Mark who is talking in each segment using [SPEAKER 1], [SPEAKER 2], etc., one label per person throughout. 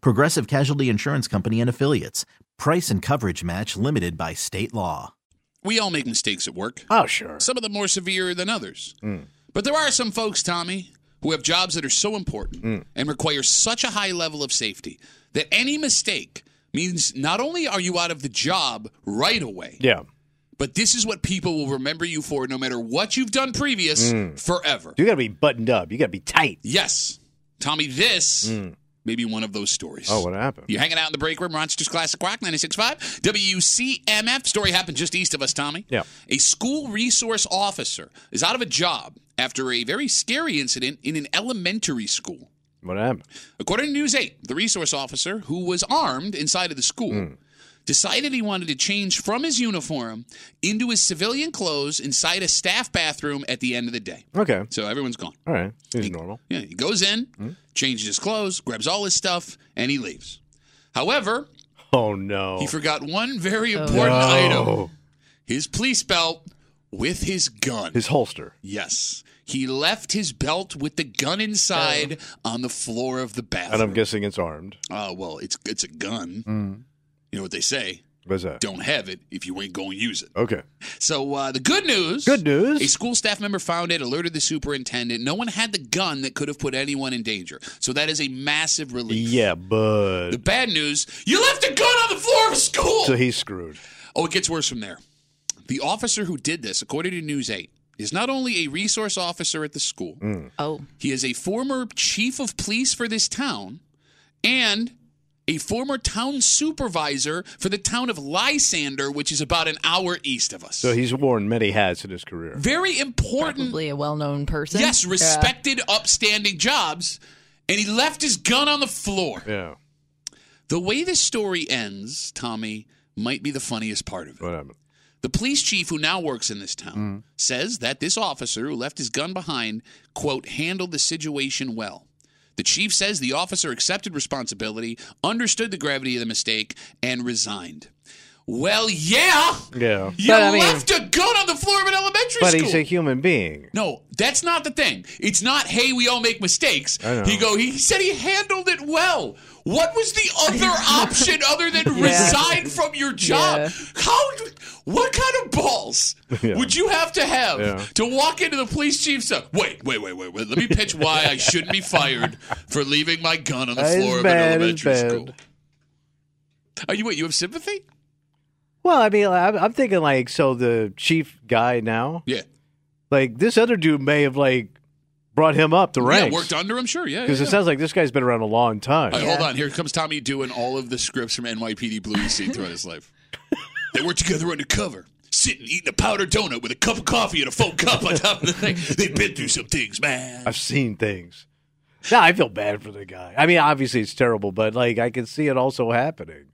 [SPEAKER 1] Progressive Casualty Insurance Company and Affiliates. Price and coverage match limited by state law.
[SPEAKER 2] We all make mistakes at work.
[SPEAKER 3] Oh, sure.
[SPEAKER 2] Some of them more severe than others. But there are some folks, Tommy, who have jobs that are so important
[SPEAKER 3] Mm.
[SPEAKER 2] and require such a high level of safety that any mistake means not only are you out of the job right away,
[SPEAKER 3] Yeah.
[SPEAKER 2] but this is what people will remember you for no matter what you've done previous
[SPEAKER 3] Mm.
[SPEAKER 2] forever.
[SPEAKER 3] You got to be buttoned up. You got to be tight.
[SPEAKER 2] Yes. Tommy, this
[SPEAKER 3] Mm.
[SPEAKER 2] may be one of those stories.
[SPEAKER 3] Oh, what happened?
[SPEAKER 2] You're hanging out in the break room, Rochester's Classic Rock 96.5, WCMF. Story happened just east of us, Tommy.
[SPEAKER 3] Yeah.
[SPEAKER 2] A school resource officer is out of a job after a very scary incident in an elementary school.
[SPEAKER 3] What happened?
[SPEAKER 2] According to News 8, the resource officer, who was armed inside of the school,
[SPEAKER 3] Hmm.
[SPEAKER 2] decided he wanted to change from his uniform into his civilian clothes inside a staff bathroom at the end of the day.
[SPEAKER 3] Okay.
[SPEAKER 2] So everyone's gone.
[SPEAKER 3] All right. He's normal.
[SPEAKER 2] Yeah, he goes in,
[SPEAKER 3] Hmm?
[SPEAKER 2] changes his clothes, grabs all his stuff, and he leaves. However,
[SPEAKER 3] Oh, no.
[SPEAKER 2] he forgot one very important item
[SPEAKER 3] Oh.
[SPEAKER 2] his police belt with his gun.
[SPEAKER 3] His holster.
[SPEAKER 2] yes. He left his belt with the gun inside on the floor of the
[SPEAKER 3] Oh. And I'm
[SPEAKER 2] bathroom.
[SPEAKER 3] guessing it's armed.
[SPEAKER 2] Uh, well, it's it's a gun.
[SPEAKER 3] Mm.
[SPEAKER 2] You know what they say?
[SPEAKER 3] What's that?
[SPEAKER 2] Don't have it if you ain't going to use it.
[SPEAKER 3] Okay.
[SPEAKER 2] So uh, the good news.
[SPEAKER 3] Good news.
[SPEAKER 2] A school staff member found it, alerted the superintendent. No one had the gun that could have put anyone in danger. So that is a massive relief.
[SPEAKER 3] Yeah, bud.
[SPEAKER 2] The bad news, you left a gun on the floor of a school.
[SPEAKER 3] So he's screwed.
[SPEAKER 2] oh, it gets worse from there. The officer who did this, according to News 8, is not only a resource officer at the school,
[SPEAKER 3] Mm.
[SPEAKER 4] Oh,
[SPEAKER 2] he is a former chief of police for this town and a former town supervisor for the town of Lysander, which is about an hour east of us.
[SPEAKER 3] So he's worn many hats in his career.
[SPEAKER 2] Very important
[SPEAKER 4] probably a well-known person.
[SPEAKER 2] Yes, respected, upstanding jobs. And he left his gun on the floor.
[SPEAKER 3] Yeah.
[SPEAKER 2] The way this story ends, Tommy, might be the funniest part of it.
[SPEAKER 3] What happened?
[SPEAKER 2] The police chief who now works in this
[SPEAKER 3] Mm-hmm.
[SPEAKER 2] town says that this officer who left his gun behind, quote, handled the situation well. The chief says the officer accepted responsibility, understood the gravity of the mistake, and resigned. Well, yeah.
[SPEAKER 3] Yeah.
[SPEAKER 2] You
[SPEAKER 3] But I mean-
[SPEAKER 2] left a gun on the floor of an elementary
[SPEAKER 3] But
[SPEAKER 2] school.
[SPEAKER 3] he's a human being.
[SPEAKER 2] No, that's not the thing. It's not, hey, we all make mistakes.
[SPEAKER 3] I know.
[SPEAKER 2] He go, he said he handled it well. What was the other option other than
[SPEAKER 4] Yeah.
[SPEAKER 2] resign from your job?
[SPEAKER 4] Yeah.
[SPEAKER 2] How what kind of balls would you have to have
[SPEAKER 3] Yeah.
[SPEAKER 2] to walk into the police chief's up? Wait, wait, wait, wait, wait. Let me pitch why I shouldn't be fired for leaving my gun on the
[SPEAKER 3] It's
[SPEAKER 2] floor of
[SPEAKER 3] bad,
[SPEAKER 2] an
[SPEAKER 3] it's
[SPEAKER 2] elementary
[SPEAKER 3] bad.
[SPEAKER 2] school. Are you what, you have sympathy?
[SPEAKER 3] Well, I mean, I'm, I'm thinking like, so the chief guy now,
[SPEAKER 2] Yeah.
[SPEAKER 3] like this other dude may have like brought him up the
[SPEAKER 2] Yeah,
[SPEAKER 3] ranks.
[SPEAKER 2] worked under him, sure. Yeah. yeah,
[SPEAKER 3] Because it
[SPEAKER 2] yeah.
[SPEAKER 3] sounds like this guy's been around a long time.
[SPEAKER 2] All right, hold on. Here comes Tommy doing all of the scripts from NYPD Blue he's seen throughout his life. They work together undercover, sitting eating a powdered donut with a cup of coffee and a foam cup on top of the thing. They've been through some things, man.
[SPEAKER 3] I've seen things. No, I feel bad for the guy. I mean, obviously it's terrible, but like I can see it also happening.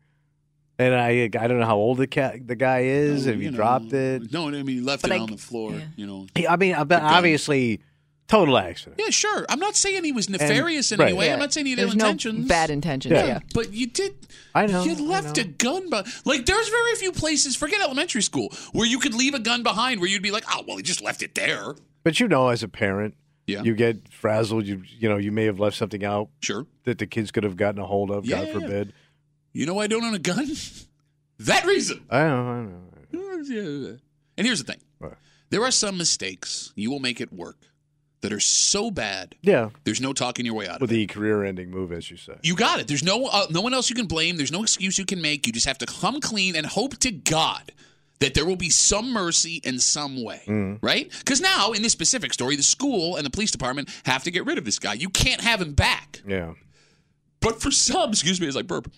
[SPEAKER 3] And I I don't know how old the cat the guy is. if
[SPEAKER 2] You
[SPEAKER 3] he
[SPEAKER 2] know,
[SPEAKER 3] dropped it,
[SPEAKER 2] No, I mean he left
[SPEAKER 4] But
[SPEAKER 2] it
[SPEAKER 4] I-
[SPEAKER 2] on the floor.
[SPEAKER 4] yeah.
[SPEAKER 2] You know.
[SPEAKER 3] He- I mean, I bet
[SPEAKER 2] gun.
[SPEAKER 3] obviously total accident.
[SPEAKER 2] Yeah, sure. I'm not saying he was nefarious in any
[SPEAKER 3] right.
[SPEAKER 2] way.
[SPEAKER 4] Yeah.
[SPEAKER 2] I'm not saying he had
[SPEAKER 4] There's
[SPEAKER 2] ill
[SPEAKER 4] no
[SPEAKER 2] intentions.
[SPEAKER 4] bad intentions.
[SPEAKER 3] Yeah.
[SPEAKER 4] Yeah.
[SPEAKER 2] But you did.
[SPEAKER 3] I know,
[SPEAKER 2] You
[SPEAKER 3] I
[SPEAKER 2] left
[SPEAKER 3] know.
[SPEAKER 2] a gun, but like there's very few places. Forget elementary school where you could leave a gun behind, where you'd be like, oh well, he just left it there.
[SPEAKER 3] But you know, as a parent,
[SPEAKER 2] Yeah.
[SPEAKER 3] you get frazzled. You you know, you may have left something out
[SPEAKER 2] Sure.
[SPEAKER 3] that the kids could have gotten a hold of.
[SPEAKER 2] Yeah.
[SPEAKER 3] God forbid.
[SPEAKER 2] You know why I don't own a gun? that reason.
[SPEAKER 3] I don't know. I don't know.
[SPEAKER 2] And here's the thing
[SPEAKER 3] What?
[SPEAKER 2] there are some mistakes you will make at work that are so bad,
[SPEAKER 3] Yeah.
[SPEAKER 2] there's no talking your way out of
[SPEAKER 3] With
[SPEAKER 2] it.
[SPEAKER 3] the career ending move, as you say.
[SPEAKER 2] You got it. There's no uh, no one else you can blame. There's no excuse you can make. You just have to come clean and hope to God that there will be some mercy in some way,
[SPEAKER 3] Mm-hmm.
[SPEAKER 2] right? Because now in this specific story, the school and the police department have to get rid of this guy. You can't have him back.
[SPEAKER 3] Yeah.
[SPEAKER 2] But for some, excuse me, it's like burp.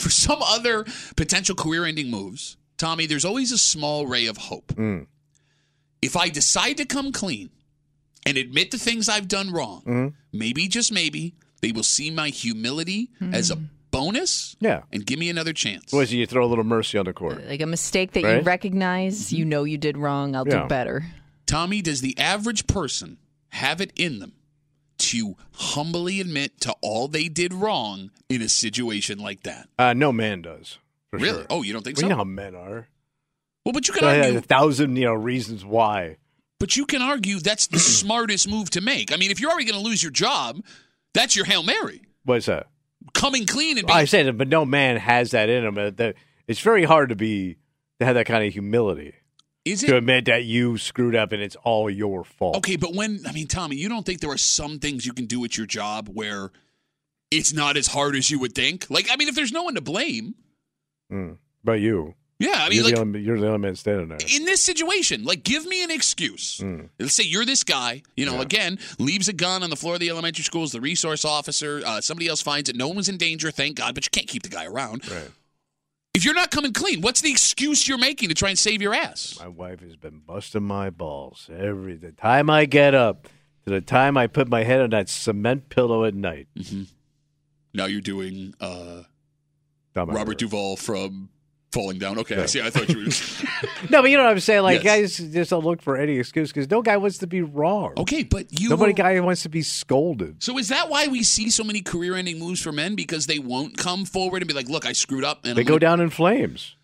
[SPEAKER 2] For some other potential career-ending moves, Tommy, there's always a small ray of hope.
[SPEAKER 3] Mm.
[SPEAKER 2] If I decide to come clean and admit the things I've done wrong,
[SPEAKER 3] Mm-hmm.
[SPEAKER 2] maybe just maybe they will see my humility as a bonus
[SPEAKER 3] Yeah.
[SPEAKER 2] and give me another chance.
[SPEAKER 3] Well, you throw a little mercy on the court.
[SPEAKER 4] Like a mistake that you
[SPEAKER 3] Right?
[SPEAKER 4] recognize, you know you did wrong, I'll
[SPEAKER 3] Yeah.
[SPEAKER 4] do better.
[SPEAKER 2] Tommy, does the average person have it in them to humbly admit to all they did wrong in a situation like that?
[SPEAKER 3] Uh, no man does. For
[SPEAKER 2] really?
[SPEAKER 3] Sure.
[SPEAKER 2] Oh, you don't think
[SPEAKER 3] Well,
[SPEAKER 2] so?
[SPEAKER 3] you know how men are.
[SPEAKER 2] Well, but you can
[SPEAKER 3] They have
[SPEAKER 2] argue
[SPEAKER 3] a thousand, you know, reasons why.
[SPEAKER 2] But you can argue that's the smartest move to make. I mean, if you're already going to lose your job, that's your Hail Mary.
[SPEAKER 3] What's that? Oh,
[SPEAKER 2] Coming clean and being.
[SPEAKER 3] I said, it, but no man has that in him. Uh, that- It's very hard to be to have that kind of humility
[SPEAKER 2] is
[SPEAKER 3] to
[SPEAKER 2] it?
[SPEAKER 3] admit that you screwed up and it's all your fault.
[SPEAKER 2] Okay, but when. I mean, Tommy, you don't think there are some things you can do at your job where it's not as hard as you would think? Like, I mean, if there's no one to blame.
[SPEAKER 3] Mm. But you,
[SPEAKER 2] Oh. Yeah, I mean,
[SPEAKER 3] you're,
[SPEAKER 2] like.
[SPEAKER 3] the only, you're the only man standing there.
[SPEAKER 2] in this situation, like, give me an excuse.
[SPEAKER 3] Mm.
[SPEAKER 2] Let's say you're this guy, you know, again, leaves a gun on the floor of the elementary school, is the resource officer, uh, somebody else finds it. No one was in danger, thank God, but you can't keep the guy around.
[SPEAKER 3] Right.
[SPEAKER 2] If you're not coming clean, what's the excuse you're making to try and save your ass?
[SPEAKER 3] My wife has been busting my balls every the time I get up to the time I put my head on that cement pillow at night.
[SPEAKER 2] Mm-hmm. Now you're doing uh,
[SPEAKER 3] Dumb
[SPEAKER 2] Robert Duvall from Falling Down. Okay, I see. I thought you were.
[SPEAKER 3] No, but you know what I'm saying. Like
[SPEAKER 2] Yes.
[SPEAKER 3] guys just don't look for any excuse because no guy wants to be wrong.
[SPEAKER 2] okay, but you.
[SPEAKER 3] Nobody guy wants to be scolded.
[SPEAKER 2] So is that why we see so many career-ending moves for men because they won't come forward and be like, "Look, I screwed up." And
[SPEAKER 3] They
[SPEAKER 2] I'm
[SPEAKER 3] go
[SPEAKER 2] gonna-
[SPEAKER 3] down in flames.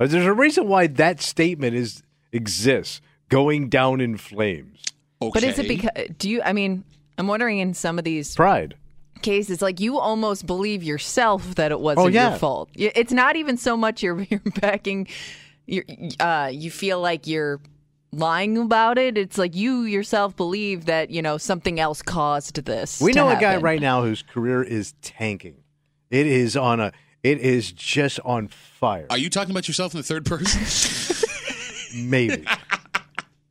[SPEAKER 3] Uh, There's a reason why that statement is exists. Going down in flames.
[SPEAKER 2] Okay.
[SPEAKER 4] But is it because, do you, I mean, I'm wondering in some of these
[SPEAKER 3] Pride.
[SPEAKER 4] cases, like you almost believe yourself that it wasn't
[SPEAKER 3] Oh, yeah.
[SPEAKER 4] your fault. Y- It's not even so much you're, you're backing, you're, uh, you feel like you're lying about it. It's like you yourself believe that, you know, something else caused this.
[SPEAKER 3] We
[SPEAKER 4] to
[SPEAKER 3] know a guy
[SPEAKER 4] happen.
[SPEAKER 3] right now whose career is tanking. It is on a. It is just on fire.
[SPEAKER 2] Are you talking about yourself in the third person?
[SPEAKER 3] Maybe.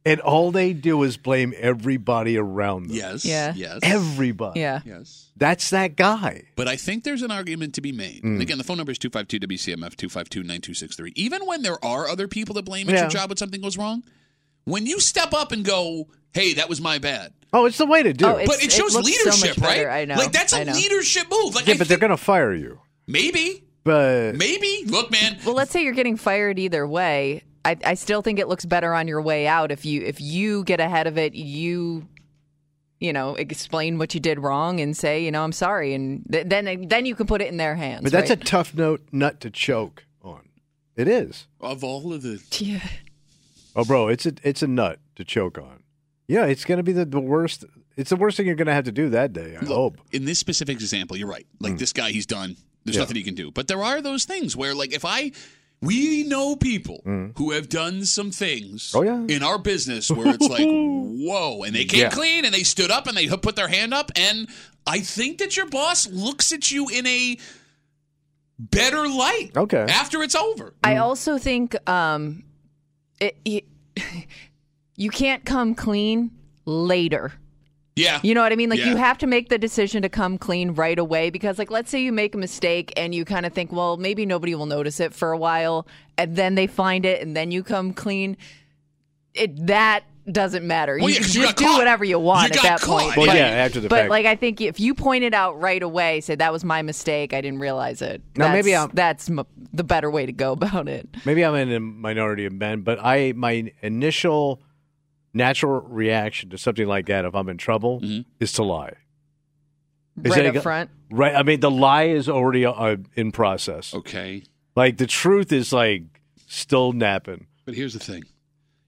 [SPEAKER 3] and all they do is blame everybody around them.
[SPEAKER 2] yes.
[SPEAKER 4] Yeah.
[SPEAKER 2] Yes.
[SPEAKER 3] Everybody.
[SPEAKER 4] Yeah.
[SPEAKER 2] Yes.
[SPEAKER 3] That's that guy.
[SPEAKER 2] But I think there's an argument to be made.
[SPEAKER 3] Mm.
[SPEAKER 2] And again, the phone number is 252 WCMF 252 9263. Even when there are other people to blame at
[SPEAKER 3] Yeah.
[SPEAKER 2] your job when something goes wrong, when you step up and go, hey, that was my bad.
[SPEAKER 3] Oh, it's the way to do
[SPEAKER 4] Oh,
[SPEAKER 3] it.
[SPEAKER 4] It's-
[SPEAKER 2] but it
[SPEAKER 4] it
[SPEAKER 2] shows
[SPEAKER 4] looks so much
[SPEAKER 2] leadership, right?
[SPEAKER 4] better. I know.
[SPEAKER 2] Like, that's a
[SPEAKER 4] I know.
[SPEAKER 2] leadership move. Like,
[SPEAKER 3] yeah,
[SPEAKER 2] I
[SPEAKER 3] but they're
[SPEAKER 2] think-
[SPEAKER 3] going to fire you.
[SPEAKER 2] maybe,
[SPEAKER 3] But
[SPEAKER 2] maybe. Look, man.
[SPEAKER 4] Well, let's say you're getting fired either way. I, I still think it looks better on your way out if you if you get ahead of it. You, you know, explain what you did wrong and say, you know, I'm sorry, and th- then then you can put it in their hands.
[SPEAKER 3] but that's
[SPEAKER 4] right?
[SPEAKER 3] a tough note nut to choke on. It is.
[SPEAKER 2] Of all of the.
[SPEAKER 4] Yeah.
[SPEAKER 3] Oh, bro, it's a it's a nut to choke on. Yeah, it's going to be the, the worst. It's the worst thing you're going to have to do that day. I hope. Hmm.
[SPEAKER 2] In this specific example, you're right. Like, this guy, he's done. There's
[SPEAKER 3] Yeah.
[SPEAKER 2] nothing he can do. But there are those things where, like, if I. We know people who have done some things
[SPEAKER 3] Hmm. Oh, yeah.
[SPEAKER 2] in our business where it's like, whoa, and they came clean and they stood up and they put their hand up. And I think that your boss looks at you in a better light
[SPEAKER 3] Okay.
[SPEAKER 2] after it's over.
[SPEAKER 4] I also think um, it, it, you can't come clean later.
[SPEAKER 2] Yeah.
[SPEAKER 4] You know what I mean? Like
[SPEAKER 2] Yeah.
[SPEAKER 4] you have to make the decision to come clean right away because like let's say you make a mistake and you kind of think, well, maybe nobody will notice it for a while and then they find it and then you come clean. It that doesn't matter.
[SPEAKER 2] Well,
[SPEAKER 4] you
[SPEAKER 2] yeah,
[SPEAKER 4] can
[SPEAKER 2] 'cause you
[SPEAKER 4] just
[SPEAKER 2] got
[SPEAKER 4] do
[SPEAKER 2] caught.
[SPEAKER 4] whatever you want
[SPEAKER 2] You
[SPEAKER 4] at that
[SPEAKER 2] got caught.
[SPEAKER 4] point.
[SPEAKER 3] Well,
[SPEAKER 2] But-
[SPEAKER 3] yeah, after the
[SPEAKER 4] But
[SPEAKER 3] fact.
[SPEAKER 4] like I think if you point it out right away, say that was my mistake, I didn't realize it.
[SPEAKER 3] Now,
[SPEAKER 4] that's,
[SPEAKER 3] maybe I'm-
[SPEAKER 4] that's m- the better way to go about it.
[SPEAKER 3] Maybe I'm in a minority of men, but I my initial natural reaction to something like that if I'm in trouble
[SPEAKER 2] Mm-hmm.
[SPEAKER 3] is to lie. Is
[SPEAKER 4] right
[SPEAKER 3] that
[SPEAKER 4] up
[SPEAKER 3] a-
[SPEAKER 4] front.
[SPEAKER 3] Right. I mean, the lie is already uh, in process.
[SPEAKER 2] Okay.
[SPEAKER 3] Like the truth is like still napping.
[SPEAKER 2] But here's the thing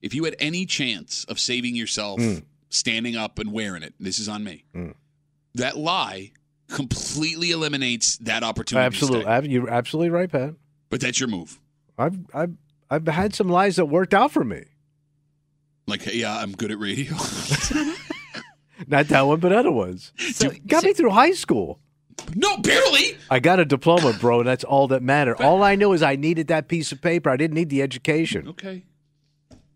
[SPEAKER 2] if you had any chance of saving yourself
[SPEAKER 3] Hmm.
[SPEAKER 2] standing up and wearing it, this is on me. That lie completely eliminates that opportunity. to
[SPEAKER 3] Absolutely,
[SPEAKER 2] stay.
[SPEAKER 3] ab- you're absolutely right, Pat.
[SPEAKER 2] But that's your move.
[SPEAKER 3] I've I've I've had some lies that worked out for me.
[SPEAKER 2] Like, hey, yeah, I'm good at radio.
[SPEAKER 3] Not that one, but other ones.
[SPEAKER 4] So,
[SPEAKER 3] Got me through high school.
[SPEAKER 2] No, barely.
[SPEAKER 3] I got a diploma, bro, and that's all that mattered. All I know is I needed that piece of paper. I didn't need the education.
[SPEAKER 2] Okay.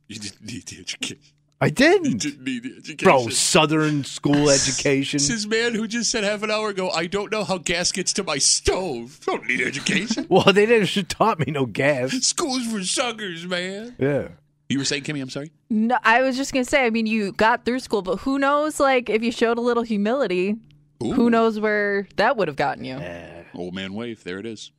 [SPEAKER 2] You didn't need the education.
[SPEAKER 3] I
[SPEAKER 2] You
[SPEAKER 3] didn't.
[SPEAKER 2] didn't need the education.
[SPEAKER 3] Bro, Southern school education.
[SPEAKER 2] This is man who just said half an hour ago, I don't know how gas gets to my stove. Don't need education.
[SPEAKER 3] Well, they didn't should taught me no gas.
[SPEAKER 2] School's for suckers, man.
[SPEAKER 3] Yeah.
[SPEAKER 2] You were saying, Kimmy, I'm sorry?
[SPEAKER 4] no, I was just gonna say. I mean, you got through school, but who knows? Like, if you showed a little humility, who knows where that would have gotten you?
[SPEAKER 2] Old man wave. There it is.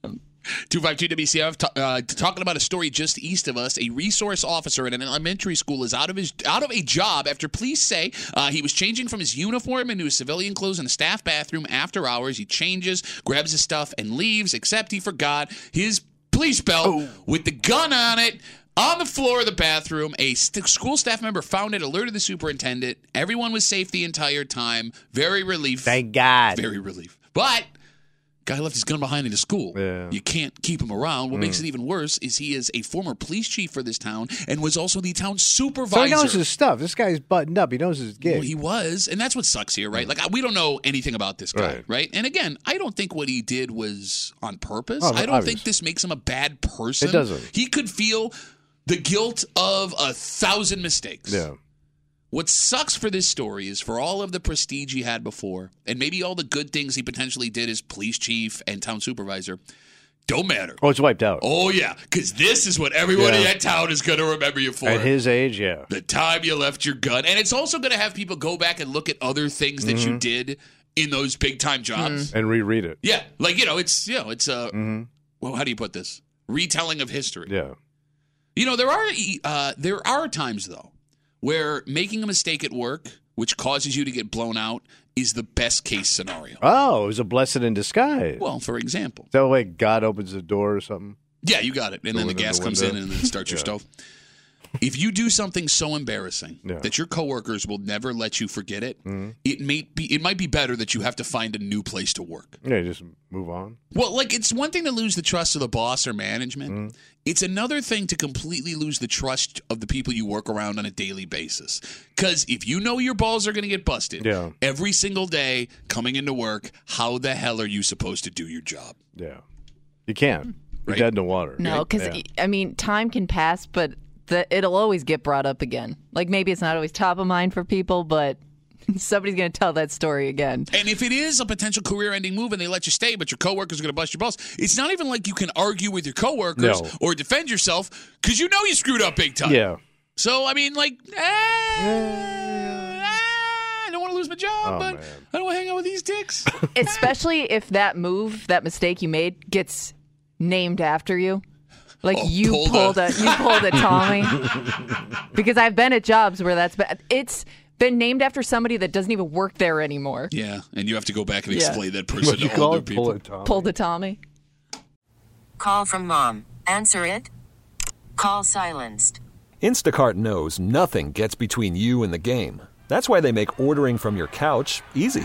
[SPEAKER 2] 252 WCF t- uh, talking about a story just east of us. A resource officer at an elementary school is out of his out of a job after police say uh, he was changing from his uniform into his civilian clothes in the staff bathroom after hours. He changes, grabs his stuff, and leaves. Except he forgot his police belt
[SPEAKER 3] Oh.
[SPEAKER 2] with the gun on it on the floor of the bathroom. A st- school staff member found it, alerted the superintendent. Everyone was safe the entire time. Very relief.
[SPEAKER 3] Thank God.
[SPEAKER 2] Very relief. But guy left his gun behind in his school.
[SPEAKER 3] Yeah.
[SPEAKER 2] You can't keep him around. What
[SPEAKER 3] Mm.
[SPEAKER 2] makes it even worse is he is a former police chief for this town and was also the town
[SPEAKER 3] So he
[SPEAKER 2] supervisor.
[SPEAKER 3] knows his stuff. This guy's buttoned up. He knows his gig. Mm.
[SPEAKER 2] Well, he was, and that's what sucks here, right? Like I, we don't know anything about this guy, right.
[SPEAKER 3] Right.
[SPEAKER 2] And again, I don't think what he did was on purpose.
[SPEAKER 3] Oh,
[SPEAKER 2] I don't
[SPEAKER 3] obvious.
[SPEAKER 2] think this makes him a bad person.
[SPEAKER 3] It doesn't.
[SPEAKER 2] He could feel the guilt of a thousand mistakes.
[SPEAKER 3] yeah.
[SPEAKER 2] What sucks for this story is for all of the prestige he had before, and maybe all the good things he potentially did as police chief and town supervisor, don't matter.
[SPEAKER 3] Oh, it's wiped out.
[SPEAKER 2] Oh, yeah, because this is what everyone in
[SPEAKER 3] Yeah.
[SPEAKER 2] that town is going to remember you for.
[SPEAKER 3] At his age, yeah.
[SPEAKER 2] the time you left your gun. And it's also going to have people go back and look at other things that
[SPEAKER 3] Mm-hmm.
[SPEAKER 2] you did in those big time jobs.
[SPEAKER 3] And reread it.
[SPEAKER 2] Yeah, like, you know, it's, you know, it's a, well, how do you put this? Retelling of history.
[SPEAKER 3] Mm-hmm. Yeah.
[SPEAKER 2] You know, there are uh, there are times though where making a mistake at work, which causes you to get blown out, is the best case scenario.
[SPEAKER 3] Oh, it was a blessing in disguise.
[SPEAKER 2] Well, for example,
[SPEAKER 3] Is that like God opens the door or something?
[SPEAKER 2] yeah, you got it, and then the
[SPEAKER 3] Going in
[SPEAKER 2] gas
[SPEAKER 3] the
[SPEAKER 2] comes in
[SPEAKER 3] window.
[SPEAKER 2] and then it starts your stove. If you do something so embarrassing
[SPEAKER 3] Yeah. Mm-hmm.
[SPEAKER 2] that your coworkers will never let you forget it, it may be it might be better that you have to find a new place to work.
[SPEAKER 3] Yeah, just move on.
[SPEAKER 2] Well, like it's one thing to lose the trust of the boss or management.
[SPEAKER 3] Mm-hmm.
[SPEAKER 2] It's another thing to completely lose the trust of the people you work around on a daily basis. Cuz if you know your balls are going to get busted
[SPEAKER 3] Yeah.
[SPEAKER 2] every single day coming into work, how the hell are you supposed to do your job?
[SPEAKER 3] Yeah. You can't. You're
[SPEAKER 2] Hmm. Right.
[SPEAKER 3] dead in the water.
[SPEAKER 4] No, because
[SPEAKER 3] Yeah.
[SPEAKER 4] I mean, time can pass, but the, it'll always get brought up again. Like maybe it's not always top of mind for people, but somebody's gonna tell that story again.
[SPEAKER 2] And if it is a potential career-ending move and they let you stay but your coworkers are going to bust your balls, it's not even like you can argue with your coworkers
[SPEAKER 3] No.
[SPEAKER 2] or defend yourself cuz you know you screwed up big time.
[SPEAKER 3] Yeah.
[SPEAKER 2] So I mean, like, eh, eh, I don't want to lose my job,
[SPEAKER 3] Oh,
[SPEAKER 2] but
[SPEAKER 3] man.
[SPEAKER 2] I don't want to hang out with these dicks.
[SPEAKER 4] Especially if that move, that mistake you made, gets named after you. Like
[SPEAKER 2] Oh,
[SPEAKER 4] you
[SPEAKER 2] pulled
[SPEAKER 4] pulled,
[SPEAKER 2] a-
[SPEAKER 4] a, you pulled a Tommy. because I've been at jobs where that's been, it's been named after somebody that doesn't even work there anymore.
[SPEAKER 2] yeah, and you have to go back and
[SPEAKER 4] Yeah.
[SPEAKER 2] explain that person
[SPEAKER 3] What
[SPEAKER 2] to
[SPEAKER 3] you call
[SPEAKER 2] older
[SPEAKER 3] it?
[SPEAKER 2] people.
[SPEAKER 3] Pull it, Tom.
[SPEAKER 4] Pulled a Tommy.
[SPEAKER 5] Call from mom. Answer it. Call silenced.
[SPEAKER 6] Instacart knows nothing gets between you and the game. That's why they make ordering from your couch easy.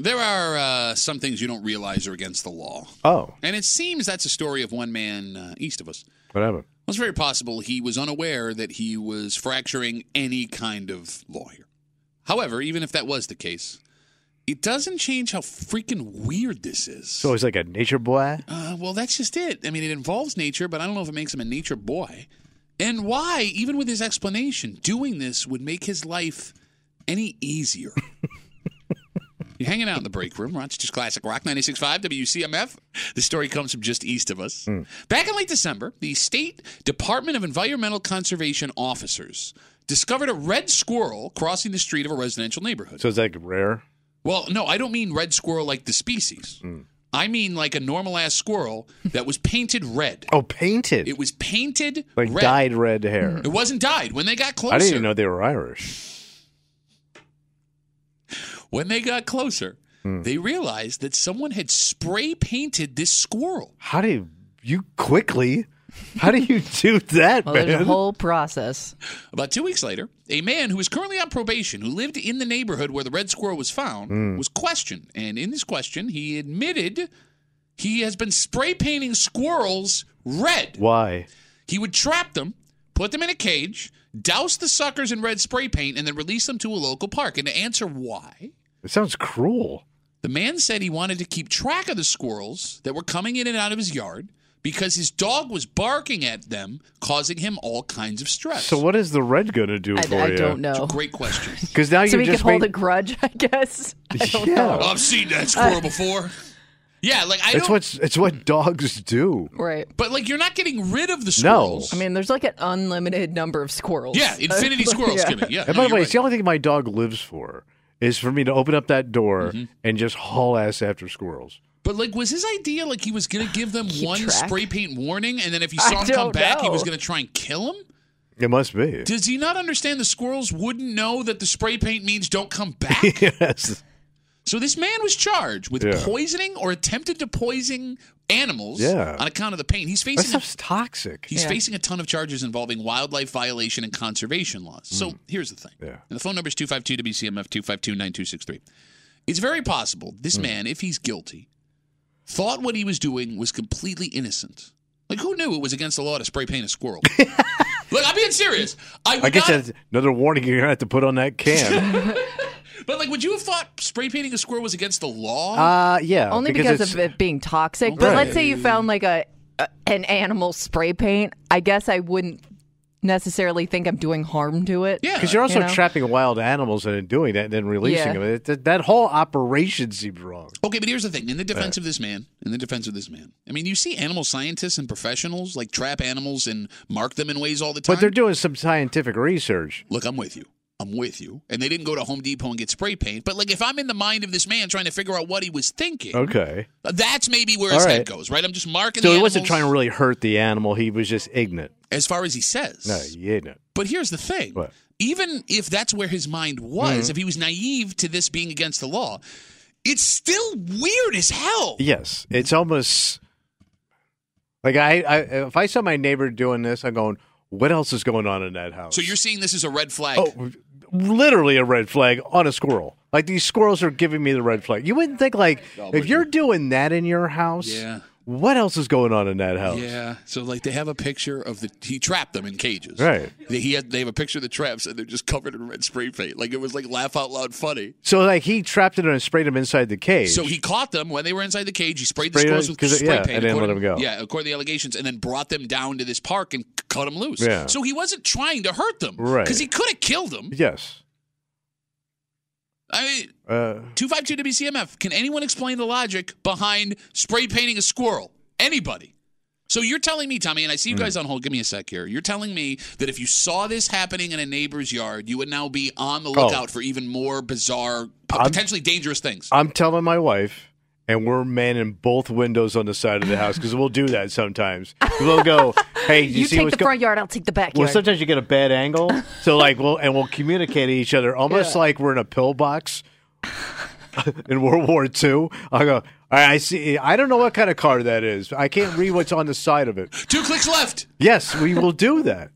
[SPEAKER 2] There are uh, some things you don't realize are against the law.
[SPEAKER 3] Oh,
[SPEAKER 2] And it seems that's a story of one man uh, east of us.
[SPEAKER 3] whatever.
[SPEAKER 2] Well, it's very possible he was unaware that he was fracturing any kind of law here. However, even if that was the case, it doesn't change how freaking weird this is.
[SPEAKER 3] So he's like a nature boy.
[SPEAKER 2] Uh, well, that's just it. I mean, it involves nature, but I don't know if it makes him a nature boy. And why, even with his explanation, doing this would make his life any easier. You're hanging out in the break room, Rochester's Classic Rock 96.5 WCMF. The story comes from just east of us.
[SPEAKER 3] Hmm.
[SPEAKER 2] Back in late December, the State Department of Environmental Conservation officers discovered a red squirrel crossing the street of a residential neighborhood.
[SPEAKER 3] So it's like rare. Hmm.
[SPEAKER 2] Well, no, I don't mean red squirrel like the species. I mean like a normal ass squirrel that was painted red.
[SPEAKER 3] Oh, painted.
[SPEAKER 2] It was painted
[SPEAKER 3] like
[SPEAKER 2] red.
[SPEAKER 3] dyed red hair.
[SPEAKER 2] It wasn't dyed. When they got closer,
[SPEAKER 3] I didn't even know they were Irish.
[SPEAKER 2] when they got closer,
[SPEAKER 3] Hmm.
[SPEAKER 2] they realized that someone had spray painted this squirrel.
[SPEAKER 3] How do you, you quickly? How do you do that,
[SPEAKER 4] Well, there's
[SPEAKER 3] man?
[SPEAKER 4] a whole process.
[SPEAKER 2] About two weeks later, a man who was currently on probation, who lived in the neighborhood where the red squirrel was found,
[SPEAKER 3] Hmm.
[SPEAKER 2] was questioned. And in this question, he admitted he has been spray painting squirrels red.
[SPEAKER 3] Why?
[SPEAKER 2] He would trap them, put them in a cage, douse the suckers in red spray paint, and then release them to a local park. And to answer why,
[SPEAKER 3] It sounds cruel.
[SPEAKER 2] the man said he wanted to keep track of the squirrels that were coming in and out of his yard because his dog was barking at them, causing him all kinds of stress.
[SPEAKER 3] So what is the red gonna do
[SPEAKER 4] I,
[SPEAKER 3] for
[SPEAKER 4] I
[SPEAKER 3] you?
[SPEAKER 4] don't know.
[SPEAKER 2] Great question.
[SPEAKER 3] Because now
[SPEAKER 4] So
[SPEAKER 3] you
[SPEAKER 4] he could
[SPEAKER 3] just
[SPEAKER 4] hold
[SPEAKER 3] made,
[SPEAKER 4] a grudge, I guess. I don't
[SPEAKER 3] Yeah.
[SPEAKER 4] know. Uh,
[SPEAKER 2] Well, I've seen that squirrel before. Yeah, like I
[SPEAKER 3] it's
[SPEAKER 2] don't.
[SPEAKER 3] what it's what dogs do.
[SPEAKER 4] Right.
[SPEAKER 2] but like you're not getting rid of the squirrels.
[SPEAKER 4] I mean, there's like an unlimited number of squirrels.
[SPEAKER 2] yeah, infinity squirrels, Jimmy. Yeah.
[SPEAKER 3] And by
[SPEAKER 2] no,
[SPEAKER 3] the
[SPEAKER 2] you're
[SPEAKER 3] way,
[SPEAKER 2] right.
[SPEAKER 3] it's the only thing my dog lives for is for me to open up that door
[SPEAKER 2] Mm-hmm.
[SPEAKER 3] and just haul ass after squirrels.
[SPEAKER 2] But like, was his idea like he was gonna give them
[SPEAKER 4] Keep
[SPEAKER 2] one
[SPEAKER 4] track.
[SPEAKER 2] spray paint warning, and then if he
[SPEAKER 4] I
[SPEAKER 2] saw him come
[SPEAKER 4] don't
[SPEAKER 2] back, he
[SPEAKER 4] know.
[SPEAKER 2] was gonna try and kill him?
[SPEAKER 3] It must be.
[SPEAKER 2] Does he not understand the squirrels wouldn't know that the spray paint means don't come back?
[SPEAKER 3] yes.
[SPEAKER 2] so this man was charged with
[SPEAKER 3] Yeah.
[SPEAKER 2] poisoning or attempted to poison animals
[SPEAKER 3] Yeah.
[SPEAKER 2] on account of the paint. He's
[SPEAKER 3] That
[SPEAKER 2] facing a,
[SPEAKER 3] stuff's toxic.
[SPEAKER 2] he's
[SPEAKER 4] Yeah.
[SPEAKER 2] facing a ton of charges involving wildlife violation and conservation laws. So here's the thing.
[SPEAKER 3] Mm. Yeah.
[SPEAKER 2] And the phone number is 252 WCMF 252 9263. It's very possible this
[SPEAKER 3] Mm.
[SPEAKER 2] man, if he's guilty, thought what he was doing was completely innocent. Like, who knew it was against the law to spray paint a squirrel? Look, I'm being serious. I, would
[SPEAKER 3] I guess
[SPEAKER 2] not-
[SPEAKER 3] that's another warning you're gonna have to put on that can.
[SPEAKER 2] But, like, would you have thought spray painting a squirrel was against the law?
[SPEAKER 3] uh yeah.
[SPEAKER 4] Only because,
[SPEAKER 3] it's-
[SPEAKER 4] of it being toxic.
[SPEAKER 2] Right.
[SPEAKER 4] But let's say you found like a, a an animal spray paint. I guess I wouldn't necessarily think I'm doing harm to it.
[SPEAKER 2] yeah.
[SPEAKER 3] Because you're also
[SPEAKER 4] You know?
[SPEAKER 3] trapping wild animals and then doing that and then releasing
[SPEAKER 4] Yeah.
[SPEAKER 3] them. It- that, that whole operation seemed wrong.
[SPEAKER 2] Okay, but here's the thing. In the defense of this man, in the defense of this man, I mean, you see animal scientists and professionals like trap animals and mark them in ways all the time.
[SPEAKER 3] But they're doing some scientific research.
[SPEAKER 2] Look, I'm with you. I'm with you. And they didn't go to Home Depot and get spray paint. But like, if I'm in the mind of this man trying to figure out what he was thinking,
[SPEAKER 3] Okay.
[SPEAKER 2] that's maybe where
[SPEAKER 3] All
[SPEAKER 2] his head
[SPEAKER 3] right.
[SPEAKER 2] goes, right? I'm just marking.
[SPEAKER 3] So
[SPEAKER 2] the
[SPEAKER 3] he wasn't
[SPEAKER 2] animals
[SPEAKER 3] trying to really hurt the animal. He was just ignorant.
[SPEAKER 2] as far as he says.
[SPEAKER 3] No, he ignorant.
[SPEAKER 2] But here's the thing.
[SPEAKER 3] What?
[SPEAKER 2] Even if that's where his mind was,
[SPEAKER 3] Hmm.
[SPEAKER 2] if he was naive to this being against the law, it's still weird as hell.
[SPEAKER 3] Yes, it's almost like I, I. If I saw my neighbor doing this, I'm going, "What else is going on in that house?"
[SPEAKER 2] So you're seeing this as a red flag.
[SPEAKER 3] oh, literally a red flag on a squirrel. Like these squirrels are giving me the red flag. You wouldn't think like if you're doing that in your house,
[SPEAKER 2] Yeah.
[SPEAKER 3] What else is going on in that house?
[SPEAKER 2] Yeah. So like they have a picture of the he trapped them in cages.
[SPEAKER 3] Right.
[SPEAKER 2] They, he had, they have a picture of the traps and they're just covered in red spray paint. Like it was like laugh out loud funny.
[SPEAKER 3] So like he trapped it and sprayed him inside the cage.
[SPEAKER 2] So he caught them when they were inside the cage. He sprayed
[SPEAKER 3] Sprayed it,
[SPEAKER 2] the squirrels with
[SPEAKER 3] 'cause it-
[SPEAKER 2] spray
[SPEAKER 3] yeah,
[SPEAKER 2] paint
[SPEAKER 3] and then let
[SPEAKER 2] according-
[SPEAKER 3] them go.
[SPEAKER 2] Yeah, according to the allegations, and then brought them down to this park and c- cut them loose.
[SPEAKER 3] Yeah.
[SPEAKER 2] So he wasn't trying to hurt them,
[SPEAKER 3] Right.
[SPEAKER 2] Because he could have killed them.
[SPEAKER 3] yes.
[SPEAKER 2] I mean,
[SPEAKER 3] Uh,
[SPEAKER 2] two five two WCMF. Can anyone explain the logic behind spray painting a squirrel? Anybody? So you're telling me, Tommy, and I see you guys on hold. Give me a sec here. You're telling me that if you saw this happening in a neighbor's yard, you would now be on the lookout for even more bizarre, p-
[SPEAKER 3] I'm-
[SPEAKER 2] potentially dangerous things.
[SPEAKER 3] I'm telling my wife, and we're manning both windows on the side of the house because we'll do that sometimes. We'll go, hey, you,
[SPEAKER 4] You,
[SPEAKER 3] see
[SPEAKER 4] take
[SPEAKER 3] what's
[SPEAKER 4] the
[SPEAKER 3] going
[SPEAKER 4] front yard, I'll take the
[SPEAKER 3] Well,
[SPEAKER 4] backyard.
[SPEAKER 3] sometimes you get a bad angle, so like we'll and we'll communicate to each other almost like we're in a pillbox in World War II. I go, all right, I see. I don't know what kind of car that is. I can't read what's on the side of it.
[SPEAKER 2] Two clicks left.
[SPEAKER 3] Yes, we will do that.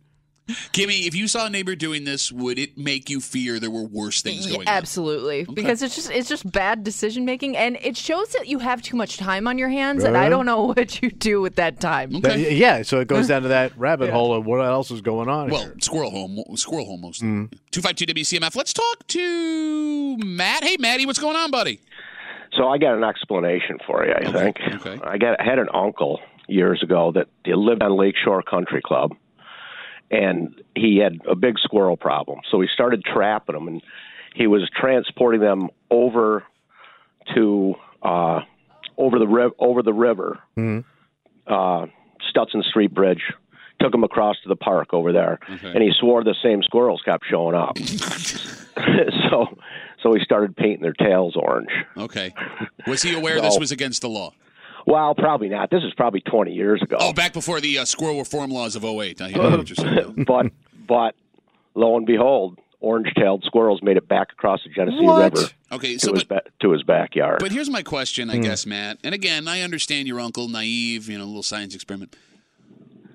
[SPEAKER 2] Kimmy, if you saw a neighbor doing this, would it make you fear there were worse things
[SPEAKER 4] Yeah,
[SPEAKER 2] going on?
[SPEAKER 4] absolutely because it's just it's just bad decision making and it shows that you have too much time on your hands and i don't know what you do with that time
[SPEAKER 3] That-
[SPEAKER 2] Okay.
[SPEAKER 3] yeah, so it goes down to that rabbit hole of what else is going on. Mm.
[SPEAKER 2] Well,
[SPEAKER 3] here.
[SPEAKER 2] squirrel home, squirrel home mostly. Two five two WCMF. Let's talk to Matt. Hey, Matty, what's going on, buddy?
[SPEAKER 7] So I got an explanation for you. I
[SPEAKER 2] Okay,
[SPEAKER 7] think
[SPEAKER 2] okay.
[SPEAKER 7] I got had an uncle years ago that he lived on Lakeshore Country Club, and he had a big squirrel problem. So he started trapping them, and he was transporting them over to uh, over the riv- over the river,
[SPEAKER 3] Mm-hmm.
[SPEAKER 7] uh, Stetson Street Bridge. Took them across to the park over there, and he swore the same squirrels kept showing up. so, so he started painting their tails orange.
[SPEAKER 2] Okay. Was he aware this
[SPEAKER 7] No.
[SPEAKER 2] was against the law?
[SPEAKER 7] Well, probably not. This is probably 20 years ago.
[SPEAKER 2] Oh, back before the uh, squirrel reform laws of 08. I hear what you're saying.
[SPEAKER 7] but but lo and behold, orange-tailed squirrels made it back across the Genesee
[SPEAKER 3] What?
[SPEAKER 7] River
[SPEAKER 2] Okay,
[SPEAKER 7] to,
[SPEAKER 2] so
[SPEAKER 7] his
[SPEAKER 2] but
[SPEAKER 7] ba- to his backyard.
[SPEAKER 2] but here's my question, I guess, Matt. And again, I understand your uncle, naive, you know, little science experiment.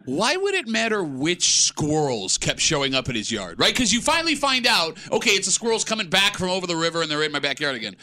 [SPEAKER 2] Why would it matter which squirrels kept showing up at his yard, right? Because you finally find out, okay, it's the squirrels coming back from over the river and they're in my backyard again.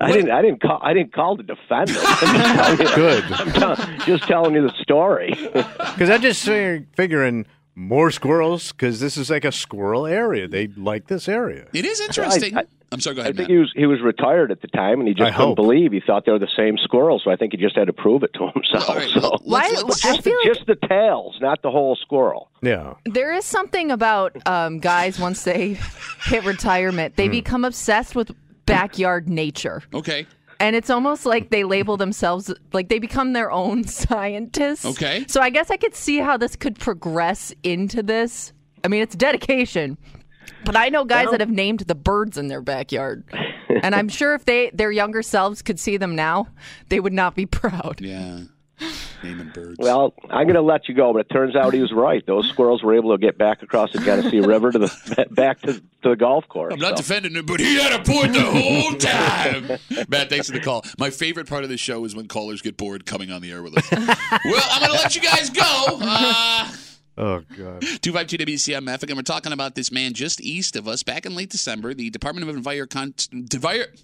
[SPEAKER 7] I didn't I didn't call I didn't call to defend him. I'm just telling
[SPEAKER 3] good.
[SPEAKER 7] you- I'm tell- just telling you the story.
[SPEAKER 3] Because I'm just fig- figuring more squirrels because this is like a squirrel area. They like this area.
[SPEAKER 2] It is interesting. I,
[SPEAKER 7] I-
[SPEAKER 2] am sorry, go
[SPEAKER 7] I
[SPEAKER 2] ahead,
[SPEAKER 7] think
[SPEAKER 2] Matt.
[SPEAKER 7] he was he was retired at the time, and
[SPEAKER 3] I
[SPEAKER 7] he just
[SPEAKER 3] hope.
[SPEAKER 7] couldn't believe he thought they were the same squirrels. So I think he just had to prove it to himself.
[SPEAKER 2] All right,
[SPEAKER 7] so
[SPEAKER 4] why
[SPEAKER 2] let's- let's-
[SPEAKER 4] i
[SPEAKER 7] just, the,
[SPEAKER 4] feel like
[SPEAKER 7] just the tails, not the whole squirrel.
[SPEAKER 3] Yeah.
[SPEAKER 4] there is something about um, guys once they hit retirement
[SPEAKER 3] Hmm.
[SPEAKER 4] they become obsessed with backyard nature
[SPEAKER 2] okay.
[SPEAKER 4] and it's almost like they label themselves like they become their own scientists
[SPEAKER 2] Okay.
[SPEAKER 4] so i guess i could see how this could progress into this i mean it's dedication but i know guys that have named the birds in their backyard and i'm sure if they their younger selves could see them now they would not be proud
[SPEAKER 2] Yeah. Naming birds.
[SPEAKER 7] Well, I'm going to let you go, but it turns out he was right. Those squirrels were able to get back across the Genesee River to the back to, to the golf course.
[SPEAKER 2] I'm not
[SPEAKER 7] so.
[SPEAKER 2] defending him, but he had a point the whole time. Matt, thanks for the call. My favorite part of the show is when callers get bored coming on the air with us. well, I'm going to let you guys go. Uh,
[SPEAKER 3] Oh god.
[SPEAKER 2] 252 WCMF. Again, we're talking about this man just east of us back in late December. The Department of Envir- Con- Devir-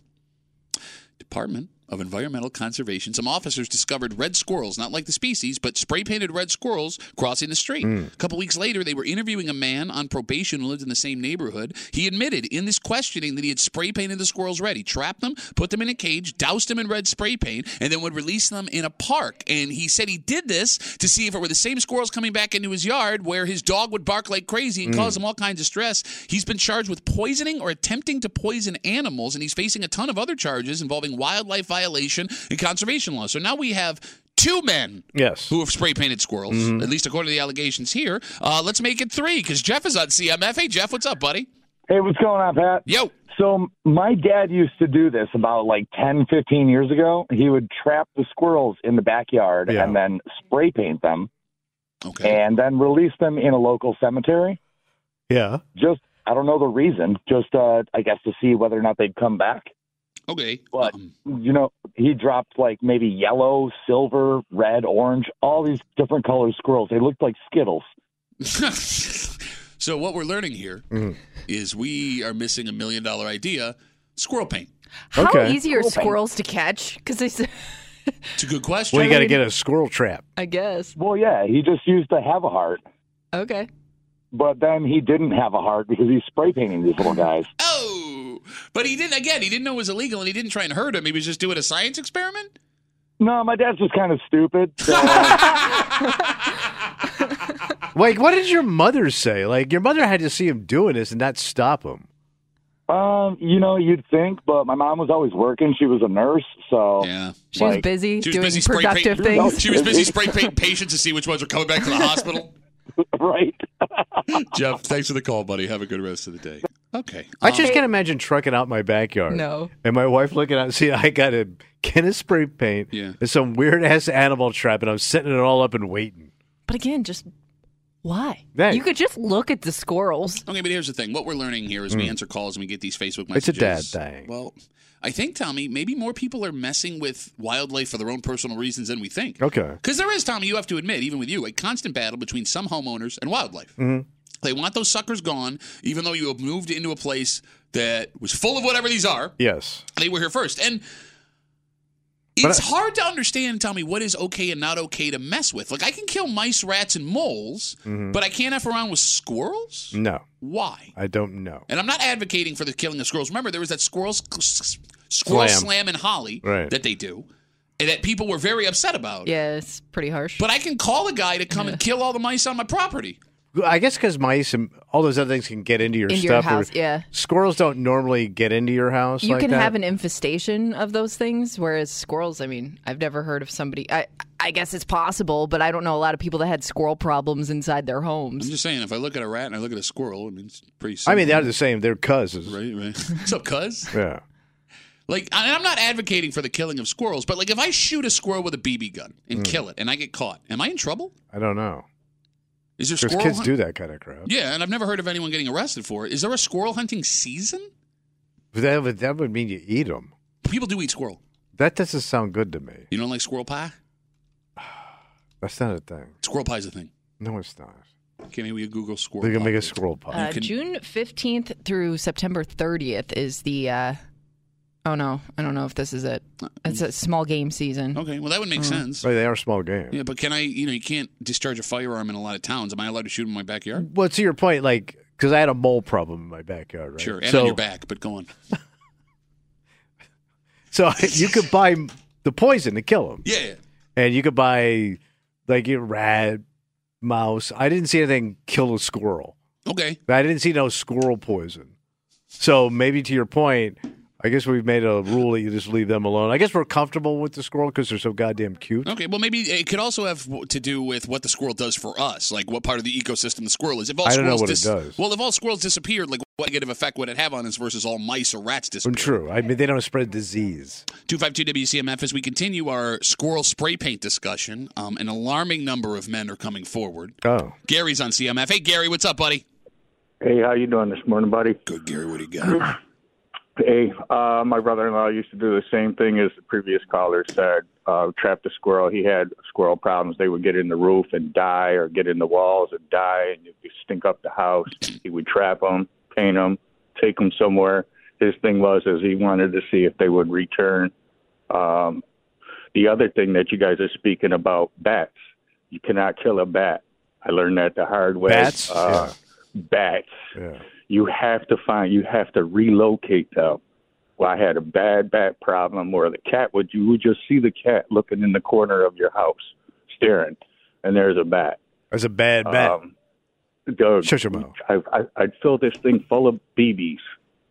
[SPEAKER 2] Department of Environmental Conservation. Some officers discovered red squirrels, not like the species, but spray painted red squirrels crossing the street. A couple weeks later, they were interviewing a man on probation who lived in the same neighborhood. He admitted in this questioning that he had spray painted the squirrels red. He trapped them, put them in a cage, doused them in red spray paint, and then would release them in a park. And he said he did this to see if it were the same squirrels coming back into his yard where his dog would bark like crazy and cause him all kinds of stress. He's been charged with poisoning or attempting to poison animals, and he's facing a ton of other charges involving wildlife violation and conservation law. So now we have two men
[SPEAKER 3] Yes.
[SPEAKER 2] who have spray painted squirrels, at least according to the allegations here. Uh, let's make it three because Jeff is on CMF. Hey, Jeff, what's up, buddy?
[SPEAKER 8] Hey, what's going on, Pat?
[SPEAKER 2] Yo.
[SPEAKER 8] So my dad used to do this about like 10, 15 years ago. He would trap the squirrels in the backyard
[SPEAKER 3] Yeah.
[SPEAKER 8] and then spray paint them
[SPEAKER 2] Okay.
[SPEAKER 8] and then release them in a local cemetery.
[SPEAKER 3] Yeah.
[SPEAKER 8] Just I don't know the reason, just uh I guess to see whether or not they'd come back.
[SPEAKER 2] Okay.
[SPEAKER 8] But
[SPEAKER 2] Um,
[SPEAKER 8] you know, he dropped like maybe yellow, silver, red, orange, all these different colored squirrels. They looked like Skittles.
[SPEAKER 2] so what we're learning here is we are missing a million dollar idea squirrel paint.
[SPEAKER 4] how
[SPEAKER 3] Okay.
[SPEAKER 4] easy are squirrels to catch because they s-
[SPEAKER 2] It's a good question.
[SPEAKER 3] Well, you got to get a squirrel trap.
[SPEAKER 4] i guess
[SPEAKER 8] Well, yeah, he just used to have a heart,
[SPEAKER 4] okay
[SPEAKER 8] but then he didn't have a heart because he's spray painting these little guys.
[SPEAKER 2] Oh, but he didn't. Again, he didn't know it was illegal, and he didn't try and hurt him. He was just doing a science experiment.
[SPEAKER 8] No, my dad's just kind of stupid. So,
[SPEAKER 3] Like, what did your mother say? Like, your mother had to see him doing this and not stop him.
[SPEAKER 8] um, you know, you'd think, but my mom was always working. She was a nurse, so
[SPEAKER 2] Yeah,
[SPEAKER 4] she was
[SPEAKER 8] Like-
[SPEAKER 4] busy
[SPEAKER 2] she was
[SPEAKER 4] doing
[SPEAKER 2] busy spray
[SPEAKER 4] productive
[SPEAKER 2] painting.
[SPEAKER 4] things
[SPEAKER 2] She was busy spray painting patients to see which ones are coming back to the hospital.
[SPEAKER 8] right.
[SPEAKER 2] Jeff, thanks for the call, buddy. Have a good rest of the day. Okay.
[SPEAKER 3] I just can't imagine trucking out my backyard.
[SPEAKER 4] Um, No.
[SPEAKER 3] And my wife looking out, see, I got a can of spray paint
[SPEAKER 2] Yeah.
[SPEAKER 3] and some weird ass animal trap, and I'm setting it all up and waiting.
[SPEAKER 4] but again just why
[SPEAKER 3] Hey.
[SPEAKER 4] you could just look at the squirrels
[SPEAKER 2] Okay, but here's the thing. What we're learning here is we answer calls and we get these Facebook
[SPEAKER 3] Hmm. It's a
[SPEAKER 2] messages.
[SPEAKER 3] dad thing.
[SPEAKER 2] Well, I think, Tommy, maybe more people are messing with wildlife for their own personal reasons than we think.
[SPEAKER 3] Okay. Mm-hmm.
[SPEAKER 2] Because there is, Tommy, you have to admit, even with you, a constant battle between some homeowners and wildlife. They want those suckers gone, even though you have moved into a place that was full of whatever these are.
[SPEAKER 3] Yes.
[SPEAKER 2] They were here first. And
[SPEAKER 3] But
[SPEAKER 2] it's
[SPEAKER 3] I-
[SPEAKER 2] hard to understand, Tommy, what is okay and not okay to mess with. Like, I can kill mice, rats, and moles,
[SPEAKER 3] Mm-hmm.
[SPEAKER 2] but I can't F around with squirrels?
[SPEAKER 3] No,
[SPEAKER 2] Why?
[SPEAKER 3] I don't know.
[SPEAKER 2] And I'm not advocating for the killing of squirrels. Remember, there was that squirrel,
[SPEAKER 3] Slam.
[SPEAKER 2] squirrel slam. in Holly
[SPEAKER 3] Right.
[SPEAKER 2] that they do, and that people were very upset about.
[SPEAKER 4] Yeah, it's pretty harsh.
[SPEAKER 2] But I can call a guy to come and kill all the mice on my property.
[SPEAKER 3] I guess because mice and all those other things can get into your
[SPEAKER 4] Into your
[SPEAKER 3] stuff. or-
[SPEAKER 4] house, yeah.
[SPEAKER 3] Squirrels don't normally get into your house.
[SPEAKER 4] you
[SPEAKER 3] like
[SPEAKER 4] can
[SPEAKER 3] that.
[SPEAKER 4] have an infestation of those things, whereas squirrels. I mean, I've never heard of somebody. I I guess it's possible, but I don't know a lot of people that had squirrel problems inside their
[SPEAKER 2] I'm
[SPEAKER 4] homes.
[SPEAKER 2] just saying, if I look at a rat and I look at a squirrel, I mean, it's pretty.
[SPEAKER 3] I mean,
[SPEAKER 2] similar.
[SPEAKER 3] they're the same. They're cousins.
[SPEAKER 2] right, right. What's up, cuz?
[SPEAKER 3] Yeah.
[SPEAKER 2] Like, I- I'm not advocating for the killing of squirrels, but like, if I shoot a squirrel with a BB gun
[SPEAKER 3] Mm.
[SPEAKER 2] and kill it, and I get caught, am I in trouble?
[SPEAKER 3] I don't know.
[SPEAKER 2] Is there
[SPEAKER 3] Because
[SPEAKER 2] squirrel?
[SPEAKER 3] kids
[SPEAKER 2] hunt-
[SPEAKER 3] do that kind of crap.
[SPEAKER 2] Yeah, and I've never heard of anyone getting arrested for it. Is there a squirrel hunting season?
[SPEAKER 3] But that would, that would mean you eat them.
[SPEAKER 2] People do eat squirrel.
[SPEAKER 3] That doesn't sound good to me.
[SPEAKER 2] You don't like squirrel pie?
[SPEAKER 3] That's not a thing.
[SPEAKER 2] Squirrel pie's a thing.
[SPEAKER 3] No, it's not.
[SPEAKER 2] Can maybe you Google squirrel?
[SPEAKER 3] They're gonna
[SPEAKER 2] pie?
[SPEAKER 3] make a squirrel pie.
[SPEAKER 4] Uh,
[SPEAKER 2] You can-
[SPEAKER 4] June fifteenth through September thirtieth is the. Uh, oh no, I don't know if this is it. It's a small game season.
[SPEAKER 2] Uh, Okay, well that would make sense.
[SPEAKER 3] Right, they are small game.
[SPEAKER 2] Yeah, but can I? You know, you can't discharge a firearm in a lot of towns. Am I allowed to shoot 'em in my backyard?
[SPEAKER 3] Well, to your point, like because I had a mole problem in my backyard, right?
[SPEAKER 2] Sure, and
[SPEAKER 3] so,
[SPEAKER 2] on your back. But go on.
[SPEAKER 3] So you could buy the poison to kill them,
[SPEAKER 2] Yeah, yeah.
[SPEAKER 3] and you could buy like your rat, mouse. I didn't see anything kill a squirrel.
[SPEAKER 2] okay.
[SPEAKER 3] I didn't see no squirrel poison. So maybe to your point, I guess we've made a rule that you just leave them alone. I guess we're comfortable with the squirrel because they're so goddamn cute.
[SPEAKER 2] Okay, well, maybe it could also have w- to do with what the squirrel does for us, like what part of the ecosystem the squirrel is. If all
[SPEAKER 3] I don't know
[SPEAKER 2] squirrels
[SPEAKER 3] what it does.
[SPEAKER 2] Well, if all squirrels disappeared, like what negative effect would it have on us versus all mice or rats
[SPEAKER 3] I'm
[SPEAKER 2] disappearing?
[SPEAKER 3] Mm, true. I mean, they don't spread disease.
[SPEAKER 2] 252 WCMF, as we continue our squirrel spray paint discussion, um, an alarming number of men are coming forward.
[SPEAKER 3] Oh,
[SPEAKER 2] Gary's on CMF. Hey, Gary, what's up, buddy?
[SPEAKER 9] Hey, how you doing this morning, buddy?
[SPEAKER 2] Good, Gary. What do you got?
[SPEAKER 9] Hey, uh, my brother-in-law used to do the same thing as the previous caller said. Uh, trapped a squirrel. He had squirrel problems. They would get in the roof and die, or get in the walls and die, and you stink up the house. He would trap them, paint them, take them somewhere. His thing was is he wanted to see if they would return. Um, the other thing that you guys are speaking about bats. You cannot kill a bat. I learned that the hard way.
[SPEAKER 3] Bats?
[SPEAKER 9] Uh, Bats
[SPEAKER 3] yeah.
[SPEAKER 9] you have to find you have to relocate them. Well, I had a bad bat problem where the cat would you would just see the cat looking in the corner of your house, staring, and there's a bat.
[SPEAKER 3] That's a bad bat.
[SPEAKER 9] Um, Doug,
[SPEAKER 3] Shut your mouth.
[SPEAKER 9] I, I, I'd fill this thing full of BBs,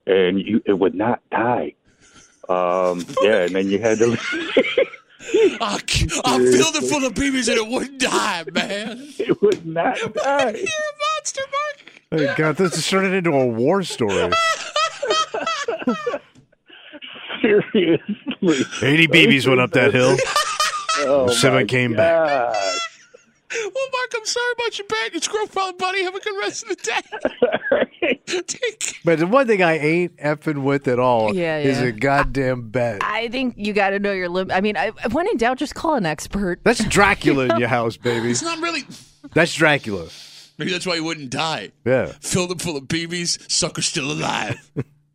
[SPEAKER 9] and you, it would not die. Um, yeah, and then you had to.
[SPEAKER 2] I'll, k- I'll fill it full of babies ah, and it wouldn't die, man.
[SPEAKER 9] it would not die.
[SPEAKER 2] You're a monster, Mark.
[SPEAKER 3] Oh, God, this has turned into a war story.
[SPEAKER 9] Seriously.
[SPEAKER 3] 80 BBs went up that hill.
[SPEAKER 9] Oh,
[SPEAKER 3] Seven
[SPEAKER 9] my
[SPEAKER 3] came back.
[SPEAKER 10] Uh,
[SPEAKER 9] God.
[SPEAKER 2] Well, Mark, I'm sorry about your bad. It's grown fella, buddy. Have a good rest of the day. Take-
[SPEAKER 3] But the one thing I ain't effing with at all
[SPEAKER 4] Yeah,
[SPEAKER 3] is
[SPEAKER 4] yeah.
[SPEAKER 3] a goddamn bat.
[SPEAKER 4] I think you got to know your limit. I mean, I, when in doubt, just call an expert.
[SPEAKER 3] That's Dracula in your house, baby.
[SPEAKER 2] it's not really.
[SPEAKER 3] That's Dracula.
[SPEAKER 2] Maybe that's why he wouldn't die.
[SPEAKER 3] Yeah.
[SPEAKER 2] Filled it full of BBs. Sucker's still alive.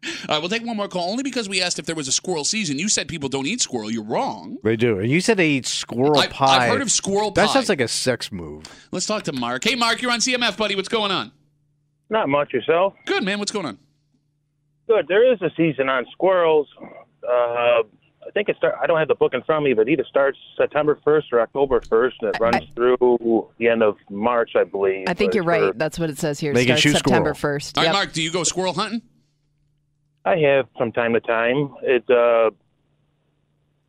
[SPEAKER 2] All right, we'll take one more call only because we asked if there was a squirrel season. You said people don't eat squirrel. You're wrong.
[SPEAKER 3] They do. And you said they eat squirrel
[SPEAKER 2] I- I've
[SPEAKER 3] pie.
[SPEAKER 2] heard of squirrel
[SPEAKER 3] That
[SPEAKER 2] pie.
[SPEAKER 3] sounds like a sex move.
[SPEAKER 2] Let's talk to Mark. Hey, Mark, you're on CMF, buddy. What's going on?
[SPEAKER 10] Not much yourself.
[SPEAKER 2] Good, man. What's going on?
[SPEAKER 10] Good. There is a season on squirrels. Uh, I think it start. I don't have the book in front of me, but either starts September 1st or October 1st, and it runs through the end of March, I believe.
[SPEAKER 4] I think
[SPEAKER 10] But
[SPEAKER 4] you're
[SPEAKER 10] it's
[SPEAKER 4] right. That's what it says here.
[SPEAKER 3] They can
[SPEAKER 4] Starts
[SPEAKER 3] shoot
[SPEAKER 4] September
[SPEAKER 3] squirrel.
[SPEAKER 4] first.
[SPEAKER 2] All right,
[SPEAKER 4] Yep.
[SPEAKER 2] Mark, do you go squirrel hunting?
[SPEAKER 10] for- I have from time to time. It uh,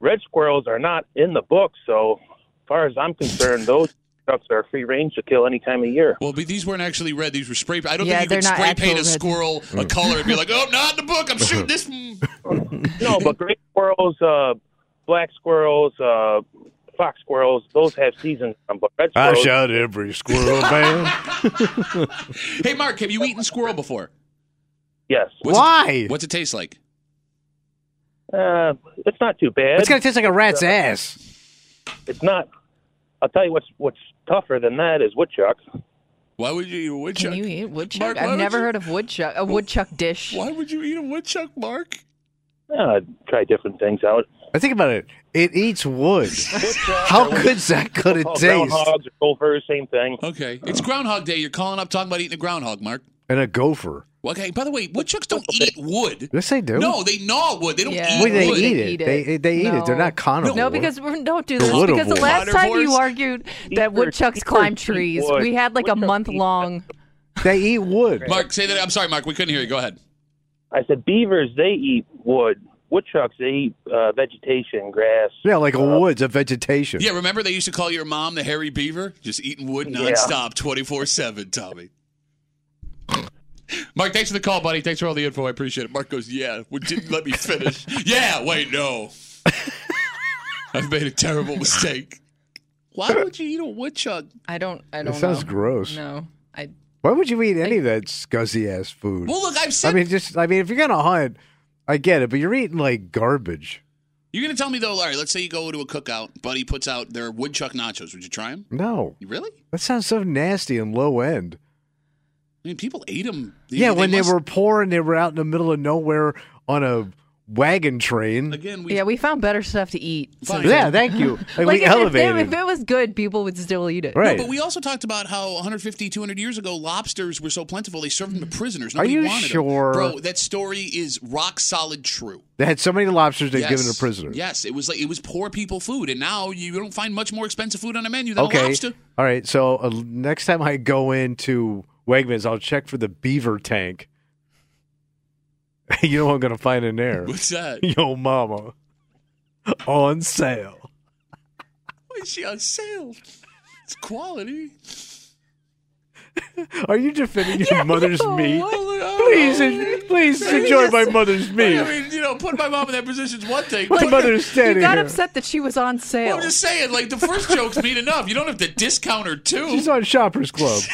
[SPEAKER 10] red squirrels are not in the book, so as far as I'm concerned, those ducks are free range to kill any time of year.
[SPEAKER 2] Well, but these weren't actually red. These were spray. I don't
[SPEAKER 4] Yeah,
[SPEAKER 2] think you
[SPEAKER 4] they're
[SPEAKER 2] could
[SPEAKER 4] not
[SPEAKER 2] spray
[SPEAKER 4] actual
[SPEAKER 2] paint a
[SPEAKER 4] red.
[SPEAKER 2] squirrel a color and be like, oh, not in the book. I'm shooting this. m-"
[SPEAKER 10] No, but great squirrels, uh, black squirrels, uh, fox squirrels, those have seasons. on 'em, But red
[SPEAKER 3] I
[SPEAKER 10] squirrels,
[SPEAKER 3] shot every squirrel, man.
[SPEAKER 2] Hey, Mark, have you eaten squirrel before?
[SPEAKER 10] yes.
[SPEAKER 2] What's
[SPEAKER 3] Why?
[SPEAKER 2] It, what's it taste like?
[SPEAKER 10] Uh, it's not too bad.
[SPEAKER 3] It's going to taste like a rat's
[SPEAKER 2] uh,
[SPEAKER 3] ass.
[SPEAKER 10] It's not. I'll tell you what's what's tougher than that is woodchuck.
[SPEAKER 2] Why would you eat a woodchuck?
[SPEAKER 4] Can you eat woodchuck?
[SPEAKER 2] Mark, why
[SPEAKER 4] I've
[SPEAKER 2] would
[SPEAKER 4] never
[SPEAKER 2] you-
[SPEAKER 4] heard of woodchuck. A woodchuck dish.
[SPEAKER 2] Why would you eat a woodchuck, Mark?
[SPEAKER 10] Yeah, try different things out.
[SPEAKER 3] I think about it. It eats wood. How good is that going to
[SPEAKER 10] Oh,
[SPEAKER 3] taste?
[SPEAKER 10] Groundhogs or gophers, same thing.
[SPEAKER 2] Okay, it's Groundhog Day. You're calling up talking about eating a groundhog, Mark.
[SPEAKER 3] And a gopher.
[SPEAKER 2] Well, Okay. By the way, woodchucks don't eat wood.
[SPEAKER 3] Yes, they do.
[SPEAKER 2] No, they gnaw wood. They don't
[SPEAKER 4] Yeah.
[SPEAKER 2] eat
[SPEAKER 3] Wait, they
[SPEAKER 2] wood.
[SPEAKER 3] eat it. They they eat it. They're not carnivores.
[SPEAKER 4] No, because we're, don't do this.
[SPEAKER 3] They're
[SPEAKER 4] Because the
[SPEAKER 3] carnivores.
[SPEAKER 4] last time you
[SPEAKER 2] Carnivores?
[SPEAKER 4] argued that
[SPEAKER 10] Eaters-
[SPEAKER 4] woodchucks
[SPEAKER 10] eaters
[SPEAKER 4] climb
[SPEAKER 10] eat
[SPEAKER 4] trees,
[SPEAKER 10] wood.
[SPEAKER 4] we had like a
[SPEAKER 10] Woodchucks
[SPEAKER 4] month
[SPEAKER 10] eat-
[SPEAKER 4] long.
[SPEAKER 3] they eat wood.
[SPEAKER 2] Mark, say that. I'm sorry, Mark. We couldn't hear you. Go ahead.
[SPEAKER 10] I said beavers, they eat wood. Woodchucks, they eat uh, vegetation, grass.
[SPEAKER 3] Yeah, like a wood's a vegetation.
[SPEAKER 2] Uh, Yeah, remember they used to call your mom the hairy beaver? Just eating wood
[SPEAKER 10] Yeah.
[SPEAKER 2] nonstop, 24 7, Tommy. Mark, thanks for the call, buddy. Thanks for all the info. I appreciate it. Mark goes, Yeah, well, didn't let me finish. yeah, wait, no. I've made a terrible mistake. Why would you eat a woodchuck?
[SPEAKER 4] I don't. I don't.
[SPEAKER 3] That sounds
[SPEAKER 4] know.
[SPEAKER 3] gross.
[SPEAKER 4] No, I.
[SPEAKER 3] Why would you eat any of that scuzzy ass food?
[SPEAKER 2] Well, look, I've
[SPEAKER 3] I
[SPEAKER 2] said.
[SPEAKER 3] mean, just I mean, if you're gonna hunt, I get it, but you're eating like garbage.
[SPEAKER 2] You're going to tell me, though, Larry, let's say you go to a cookout. Buddy puts out their woodchuck nachos. Would you try them?
[SPEAKER 3] No,
[SPEAKER 2] Really?
[SPEAKER 3] that sounds so nasty and low end.
[SPEAKER 2] I mean, people ate them.
[SPEAKER 3] yeah, when they were poor and they were out in the middle of nowhere on a wagon train.
[SPEAKER 2] Again, we
[SPEAKER 4] Yeah, we found better stuff to eat.
[SPEAKER 2] Fine.
[SPEAKER 3] Yeah, thank you. Like,
[SPEAKER 4] Like
[SPEAKER 3] we
[SPEAKER 4] if, if, they-
[SPEAKER 3] elevated.
[SPEAKER 4] if it was good, people would still eat it.
[SPEAKER 3] right?
[SPEAKER 2] No, but we also talked about how 150, 200 years ago, lobsters were so plentiful they served them to
[SPEAKER 3] Mm.
[SPEAKER 2] prisoners.
[SPEAKER 3] Are
[SPEAKER 2] Nobody
[SPEAKER 3] you
[SPEAKER 2] wanted 'em.
[SPEAKER 3] sure?
[SPEAKER 2] Bro, that story is rock solid true.
[SPEAKER 3] they had so many lobsters they
[SPEAKER 2] Yes.
[SPEAKER 3] given to prisoners.
[SPEAKER 2] Yes, it was like it was poor people food, and now you don't find much more expensive food on a menu than a
[SPEAKER 3] Okay.
[SPEAKER 2] lobster.
[SPEAKER 3] All right. So uh, next time I go into Wegmans, I'll check for the beaver tank. you know what I'm gonna find in there?
[SPEAKER 2] What's that?
[SPEAKER 3] Yo, mama, on sale.
[SPEAKER 2] Why is she on sale? It's quality.
[SPEAKER 3] Are you defending your mother's meat?
[SPEAKER 2] Oh,
[SPEAKER 3] Please,
[SPEAKER 2] oh,
[SPEAKER 3] en- please enjoy my mother's meat.
[SPEAKER 2] I mean, you know, put my mom in that position is one thing.
[SPEAKER 3] My
[SPEAKER 2] Put-
[SPEAKER 3] mother's
[SPEAKER 4] You
[SPEAKER 3] standing
[SPEAKER 4] got
[SPEAKER 3] here.
[SPEAKER 4] upset that she was on
[SPEAKER 2] Well,
[SPEAKER 4] sale.
[SPEAKER 2] I'm just saying, like the first joke's mean enough. You don't have to discount her too.
[SPEAKER 3] She's on Shoppers Club.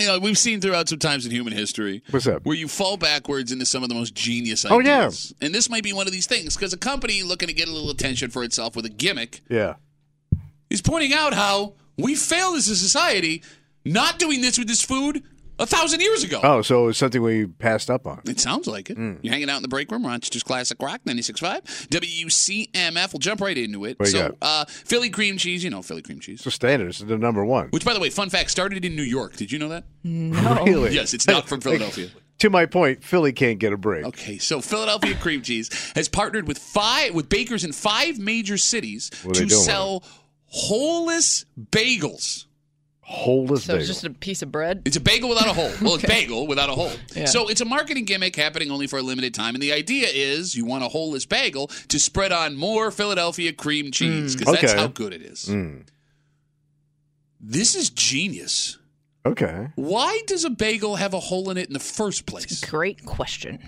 [SPEAKER 2] you know, we've seen throughout some times in human history.
[SPEAKER 3] What's up?
[SPEAKER 2] Where you fall backwards into some of the most genius
[SPEAKER 3] Oh, yeah.
[SPEAKER 2] ideas. And this might be one of these things because a company looking to get a little attention for itself with a gimmick
[SPEAKER 3] Yeah.
[SPEAKER 2] is pointing out how we failed as a society not doing this with this food a thousand years ago.
[SPEAKER 3] Oh, Hmm. so it's something we passed up on.
[SPEAKER 2] It sounds like it. You're hanging out in the break room, Rochester's Classic Rock, 96.5. WCMF. We'll jump right into it.
[SPEAKER 3] What you
[SPEAKER 2] so, uh, Philly cream cheese, you know, Philly cream cheese.
[SPEAKER 3] It's a standard. It's the number one.
[SPEAKER 2] Which, by the way, fun fact, started in New York. Did you know that?
[SPEAKER 3] Really?
[SPEAKER 2] Yes, it's not from Philadelphia.
[SPEAKER 3] To my point, Philly can't get a break.
[SPEAKER 2] Okay, so Philadelphia cream cheese has partnered with five with bakers in five major cities
[SPEAKER 3] What are they
[SPEAKER 2] to
[SPEAKER 3] doing with
[SPEAKER 2] sell wholeless bagels.
[SPEAKER 3] Whole as
[SPEAKER 4] so
[SPEAKER 3] bagel.
[SPEAKER 4] it's just a piece of bread.
[SPEAKER 2] It's a bagel without a hole. Well, it's bagel without a hole.
[SPEAKER 4] Yeah.
[SPEAKER 2] So it's a marketing gimmick happening only for a limited time, and the idea is you want a wholeless bagel to spread on more Philadelphia cream
[SPEAKER 4] Hmm.
[SPEAKER 2] cheese because that's
[SPEAKER 3] Mm. Okay.
[SPEAKER 2] how good it is.
[SPEAKER 3] Mm.
[SPEAKER 2] This is genius.
[SPEAKER 3] Okay.
[SPEAKER 2] Why does a bagel have a hole in it in the first place?
[SPEAKER 4] Great question.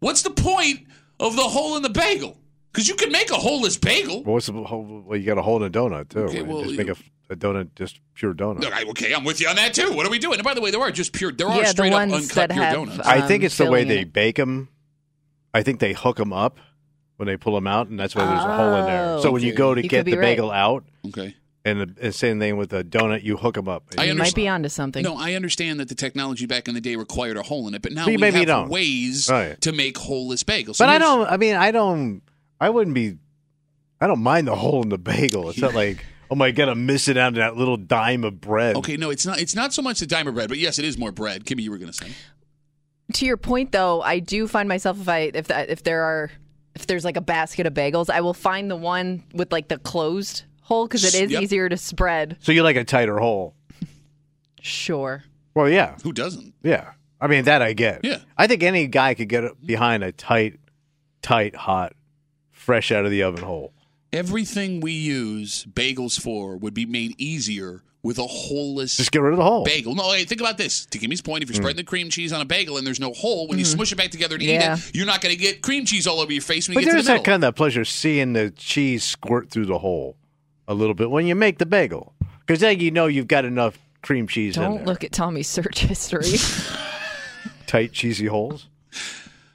[SPEAKER 2] What's the point of the hole in the bagel? Because you can make a holeless bagel.
[SPEAKER 3] Well, what's the whole, well, you got to hold a donut too.
[SPEAKER 2] Okay,
[SPEAKER 3] and
[SPEAKER 2] well,
[SPEAKER 3] just make a, a donut, just pure donut.
[SPEAKER 2] All right, okay, I'm with you on that too. What are we doing? And by the way, there are just pure, there are
[SPEAKER 4] Yeah, the
[SPEAKER 2] straight up
[SPEAKER 4] ones
[SPEAKER 2] uncut
[SPEAKER 4] that
[SPEAKER 2] pure
[SPEAKER 4] have,
[SPEAKER 2] donuts.
[SPEAKER 4] uh,
[SPEAKER 3] I think
[SPEAKER 4] um,
[SPEAKER 3] it's the way
[SPEAKER 4] filling
[SPEAKER 3] they
[SPEAKER 4] it.
[SPEAKER 3] bake them. I think they hook them up when they pull them out, and that's why there's a hole in there.
[SPEAKER 4] Oh,
[SPEAKER 3] So when you
[SPEAKER 4] okay.
[SPEAKER 3] go to
[SPEAKER 4] You could
[SPEAKER 3] get
[SPEAKER 4] be
[SPEAKER 3] the
[SPEAKER 4] right.
[SPEAKER 3] bagel out,
[SPEAKER 2] okay.
[SPEAKER 3] and the and same thing with the donut, you hook them up.
[SPEAKER 2] I
[SPEAKER 4] You might
[SPEAKER 2] understand.
[SPEAKER 4] be onto something.
[SPEAKER 2] No, I understand that the technology back in the day required a hole in it, but now
[SPEAKER 3] But
[SPEAKER 2] we
[SPEAKER 3] maybe
[SPEAKER 2] have
[SPEAKER 3] you don't.
[SPEAKER 2] ways
[SPEAKER 3] Right.
[SPEAKER 2] to make holeless bagels. So
[SPEAKER 3] but I
[SPEAKER 2] here's-
[SPEAKER 3] don't. I mean, I don't. I wouldn't be. I don't mind the hole in the bagel. It's not like oh my god, I'm missing out on that little dime of bread.
[SPEAKER 2] Okay, no, it's not. It's not so much the dime of bread, but yes, it is more bread. Kimmy, you were going to say.
[SPEAKER 4] to your point though i do find myself if i if that if there are if there's like a basket of bagels i will find the one with like the closed hole because it is
[SPEAKER 2] Yep.
[SPEAKER 4] easier to spread
[SPEAKER 3] So you like a tighter hole?
[SPEAKER 4] sure
[SPEAKER 3] Well, yeah,
[SPEAKER 2] Who doesn't?
[SPEAKER 3] yeah. I mean that I get.
[SPEAKER 2] Yeah.
[SPEAKER 3] I think any guy could get behind a tight, tight, hot, fresh out of the oven hole.
[SPEAKER 2] Everything we use bagels for would be made easier with a holeless
[SPEAKER 3] Just get rid of the hole.
[SPEAKER 2] bagel. No, hey, think about this. To Kimmy's point, if you're
[SPEAKER 3] Mm.
[SPEAKER 2] spreading the cream cheese on a bagel and there's no hole, when you
[SPEAKER 3] Mhm.
[SPEAKER 2] smush it back together to
[SPEAKER 3] Yeah.
[SPEAKER 2] eat it, you're not going to get cream cheese all over your face when
[SPEAKER 3] But
[SPEAKER 2] you get to
[SPEAKER 3] there's
[SPEAKER 2] the
[SPEAKER 3] that
[SPEAKER 2] middle.
[SPEAKER 3] kind of that pleasure seeing the cheese squirt through the hole a little bit when you make the bagel, because then you know you've got enough cream cheese in
[SPEAKER 4] Don't
[SPEAKER 3] there.
[SPEAKER 4] look at Tommy's search history.
[SPEAKER 3] Tight cheesy holes.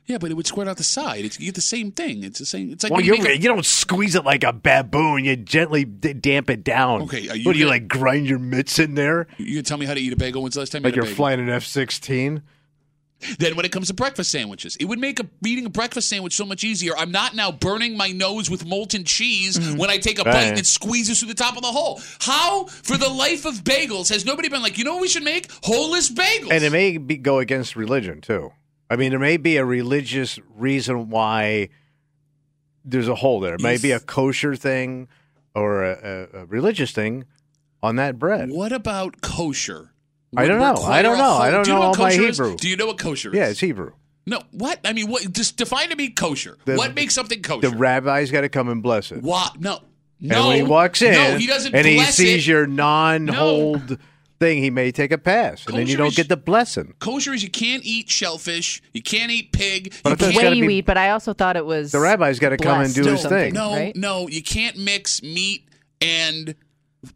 [SPEAKER 2] yeah, but it would squirt out the side. It's, you get the same thing. It's the same. It's like
[SPEAKER 3] well,
[SPEAKER 2] when you
[SPEAKER 3] you're,
[SPEAKER 2] make a-
[SPEAKER 3] you don't squeeze it like a baboon. You gently d- damp it down.
[SPEAKER 2] Okay, are
[SPEAKER 3] you
[SPEAKER 2] you
[SPEAKER 3] what do you
[SPEAKER 2] gonna-
[SPEAKER 3] like? Grind your mitts in there,
[SPEAKER 2] You can tell me how to eat a bagel. When's the last time
[SPEAKER 3] like
[SPEAKER 2] you
[SPEAKER 3] you're
[SPEAKER 2] had a bagel?
[SPEAKER 3] flying an F-16.
[SPEAKER 2] Then when it comes to breakfast sandwiches, it would make a, eating a breakfast sandwich so much easier. I'm not now burning my nose with molten cheese when I take a bite
[SPEAKER 3] Mm-hmm. Right.
[SPEAKER 2] that squeezes through the top of the hole. How, for the life of bagels, has nobody been like, you know what we should make? Holeless bagels.
[SPEAKER 3] And it may be, go against religion too. I mean, there may be a religious reason why there's a hole there. It may be a kosher thing or a, a, a religious thing on that bread.
[SPEAKER 2] What about kosher?
[SPEAKER 3] I
[SPEAKER 2] Would
[SPEAKER 3] don't know.
[SPEAKER 2] require
[SPEAKER 3] I don't
[SPEAKER 2] a
[SPEAKER 3] know.
[SPEAKER 2] whole-
[SPEAKER 3] I don't
[SPEAKER 2] Do you
[SPEAKER 3] know all
[SPEAKER 2] what
[SPEAKER 3] my
[SPEAKER 2] kosher is?
[SPEAKER 3] Hebrew.
[SPEAKER 2] Do you know what kosher is?
[SPEAKER 3] Yeah, it's Hebrew.
[SPEAKER 2] No, what? I mean, what? Just define to me kosher.
[SPEAKER 3] The-
[SPEAKER 2] what makes something kosher?
[SPEAKER 3] The rabbi's got to come and bless it.
[SPEAKER 2] what? No.
[SPEAKER 3] And
[SPEAKER 2] No.
[SPEAKER 3] when he walks in,
[SPEAKER 2] No, he doesn't
[SPEAKER 3] and he
[SPEAKER 2] bless
[SPEAKER 3] sees
[SPEAKER 2] it.
[SPEAKER 3] your non-hold thing, he may take a pass, and then you
[SPEAKER 2] Kosher
[SPEAKER 3] don't
[SPEAKER 2] is-
[SPEAKER 3] get the blessing.
[SPEAKER 2] Kosher is you can't eat shellfish, you can't eat pig,
[SPEAKER 3] But I thought
[SPEAKER 2] you
[SPEAKER 3] it's
[SPEAKER 2] can't
[SPEAKER 3] gotta be-
[SPEAKER 4] Wait, but I also thought it was
[SPEAKER 3] The rabbi's got to come and do
[SPEAKER 4] blessed or
[SPEAKER 3] his thing.
[SPEAKER 4] something,
[SPEAKER 2] No,
[SPEAKER 4] right?
[SPEAKER 2] no, you can't mix meat and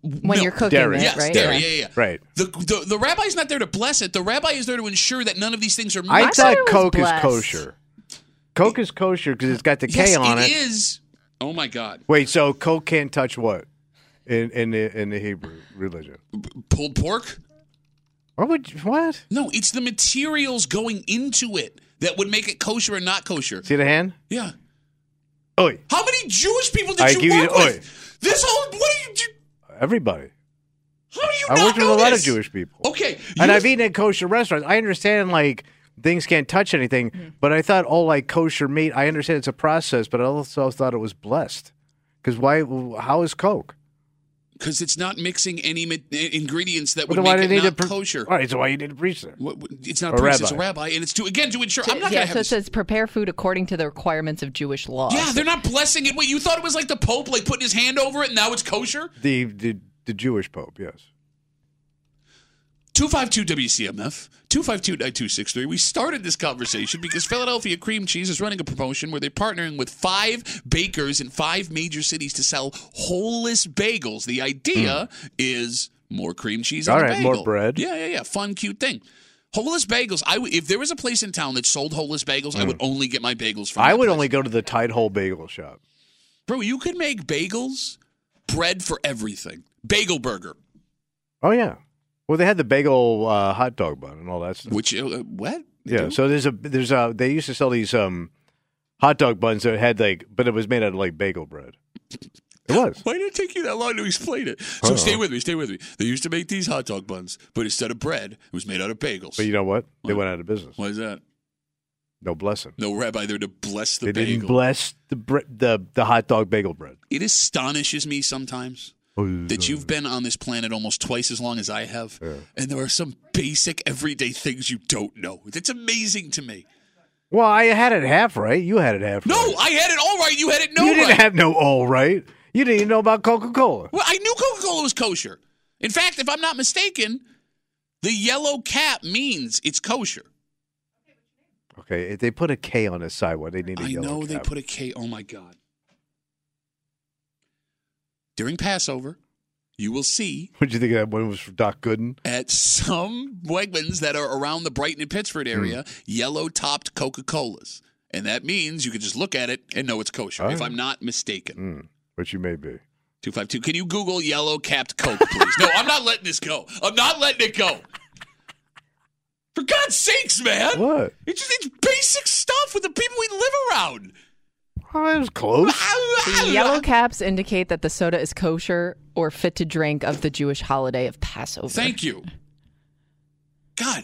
[SPEAKER 4] When you're cooking
[SPEAKER 3] Dairy.
[SPEAKER 4] it,
[SPEAKER 2] yes,
[SPEAKER 4] right?
[SPEAKER 2] dairy,
[SPEAKER 4] Yeah.
[SPEAKER 2] yeah, yeah.
[SPEAKER 3] Right.
[SPEAKER 2] The, the the rabbi's not there to bless it. The rabbi is there to ensure that none of these things are.
[SPEAKER 3] I,
[SPEAKER 2] mixed.
[SPEAKER 3] thought Coke is kosher. Coke is kosher because it's got the
[SPEAKER 2] Yes,
[SPEAKER 3] K on it.
[SPEAKER 2] it is. Oh my God!
[SPEAKER 3] Wait, so Coke can't touch what in in the in the Hebrew religion?
[SPEAKER 2] Pulled pork?
[SPEAKER 3] What would you- what?
[SPEAKER 2] No, it's the materials going into it that would make it kosher and not kosher.
[SPEAKER 3] See the hand?
[SPEAKER 2] Yeah.
[SPEAKER 3] Oi,
[SPEAKER 2] How many Jewish people did
[SPEAKER 3] I
[SPEAKER 2] you
[SPEAKER 3] give you
[SPEAKER 2] work
[SPEAKER 3] the oi.
[SPEAKER 2] with? This whole what do you? do-
[SPEAKER 3] Everybody.
[SPEAKER 2] How do you
[SPEAKER 3] I
[SPEAKER 2] not
[SPEAKER 3] worked with
[SPEAKER 2] know
[SPEAKER 3] a lot
[SPEAKER 2] this?
[SPEAKER 3] of Jewish people,
[SPEAKER 2] Okay,
[SPEAKER 3] and
[SPEAKER 2] you-
[SPEAKER 3] I've eaten at kosher restaurants. I understand like things can't touch anything, but I thought all like kosher meat. I understand it's a process, but I also thought it was blessed. Because why? How is Coke?
[SPEAKER 2] Because it's not mixing any ma- eh, ingredients that
[SPEAKER 3] Well,
[SPEAKER 2] would
[SPEAKER 3] then why
[SPEAKER 2] make
[SPEAKER 3] do
[SPEAKER 2] it
[SPEAKER 3] you need
[SPEAKER 2] not
[SPEAKER 3] a pr-
[SPEAKER 2] kosher.
[SPEAKER 3] All right, so why you need a priest there?
[SPEAKER 2] What- what- It's not a,
[SPEAKER 3] Or
[SPEAKER 2] priest, it's a
[SPEAKER 3] rabbi.
[SPEAKER 2] rabbi, and it's to again to ensure. I'm not
[SPEAKER 4] yeah,
[SPEAKER 2] going to
[SPEAKER 4] so
[SPEAKER 2] have.
[SPEAKER 4] it says prepare food according to the requirements of Jewish law.
[SPEAKER 2] this. Yeah, they're not blessing it. Wait, you thought it was like the Pope, like putting his hand over it, and now it's kosher?
[SPEAKER 3] The the the Jewish Pope, yes.
[SPEAKER 2] Two five two WCMF two five two nine two six three. We started this conversation because Philadelphia Cream Cheese is running a promotion where they're partnering with five bakers in five major cities to sell holeless bagels. The idea is more cream cheese.
[SPEAKER 3] Hmm. All
[SPEAKER 2] on a
[SPEAKER 3] right, more
[SPEAKER 2] bagel.
[SPEAKER 3] bread.
[SPEAKER 2] Yeah, yeah, yeah. Fun, cute thing. Holeless bagels. I w- if there was a place in town that sold holeless bagels, I would only get my bagels from.
[SPEAKER 3] Hmm. I
[SPEAKER 2] that
[SPEAKER 3] would
[SPEAKER 2] place.
[SPEAKER 3] only go to the Tide Hole Bagel Shop.
[SPEAKER 2] Bro, you could make bagels, bread for everything. Bagel burger.
[SPEAKER 3] Oh yeah. Well, they had the bagel uh, hot dog bun and all that stuff.
[SPEAKER 2] Which uh, what? They
[SPEAKER 3] yeah.
[SPEAKER 2] do?
[SPEAKER 3] So there's a there's a they used to sell these um hot dog buns that had like but it was made out of like bagel bread. It was.
[SPEAKER 2] Why did it take you that long to explain it? So
[SPEAKER 3] Uh-oh.
[SPEAKER 2] stay with me, stay with me. They used to make these hot dog buns, but instead of bread, it was made out of bagels.
[SPEAKER 3] But you know what? They went out of business.
[SPEAKER 2] Why is that?
[SPEAKER 3] No blessing.
[SPEAKER 2] No rabbi there to bless the
[SPEAKER 3] they
[SPEAKER 2] bagel.
[SPEAKER 3] didn't bless the bre- the the hot dog bagel bread.
[SPEAKER 2] it astonishes me sometimes that you've been on this planet almost twice as long as I have, and there are some basic everyday things you don't know. That's amazing to me.
[SPEAKER 3] Well, I had it half right. You had it half
[SPEAKER 2] No,
[SPEAKER 3] right.
[SPEAKER 2] I had it all right. You had it no
[SPEAKER 3] you didn't
[SPEAKER 2] right.
[SPEAKER 3] have no all right. You didn't even know about Coca Cola.
[SPEAKER 2] Well, I knew Coca Cola was kosher. In fact, if I'm not mistaken, the yellow cap means it's kosher.
[SPEAKER 3] Okay, if they put a K on his side, why they need a
[SPEAKER 2] I
[SPEAKER 3] yellow
[SPEAKER 2] know they
[SPEAKER 3] cap.
[SPEAKER 2] put a K. Oh my God. During Passover, you will see
[SPEAKER 3] What do you think of that one was from Doc Gooden?
[SPEAKER 2] at some Wegmans that are around the Brighton and Pittsford
[SPEAKER 3] Hmm.
[SPEAKER 2] area yellow topped Coca Colas. And that means you can just look at it and know it's kosher,
[SPEAKER 3] All
[SPEAKER 2] if
[SPEAKER 3] right.
[SPEAKER 2] I'm not mistaken.
[SPEAKER 3] Mm, which you may be.
[SPEAKER 2] 252. Can you Google yellow capped Coke, please? no, I'm not letting this go. I'm not letting it go. For God's sakes, man.
[SPEAKER 3] What?
[SPEAKER 2] It's just it's basic stuff with the people we live around.
[SPEAKER 3] Oh, that was close.
[SPEAKER 4] The yellow caps indicate that the soda is kosher or fit to drink of the Jewish holiday of Passover.
[SPEAKER 2] Thank you. God.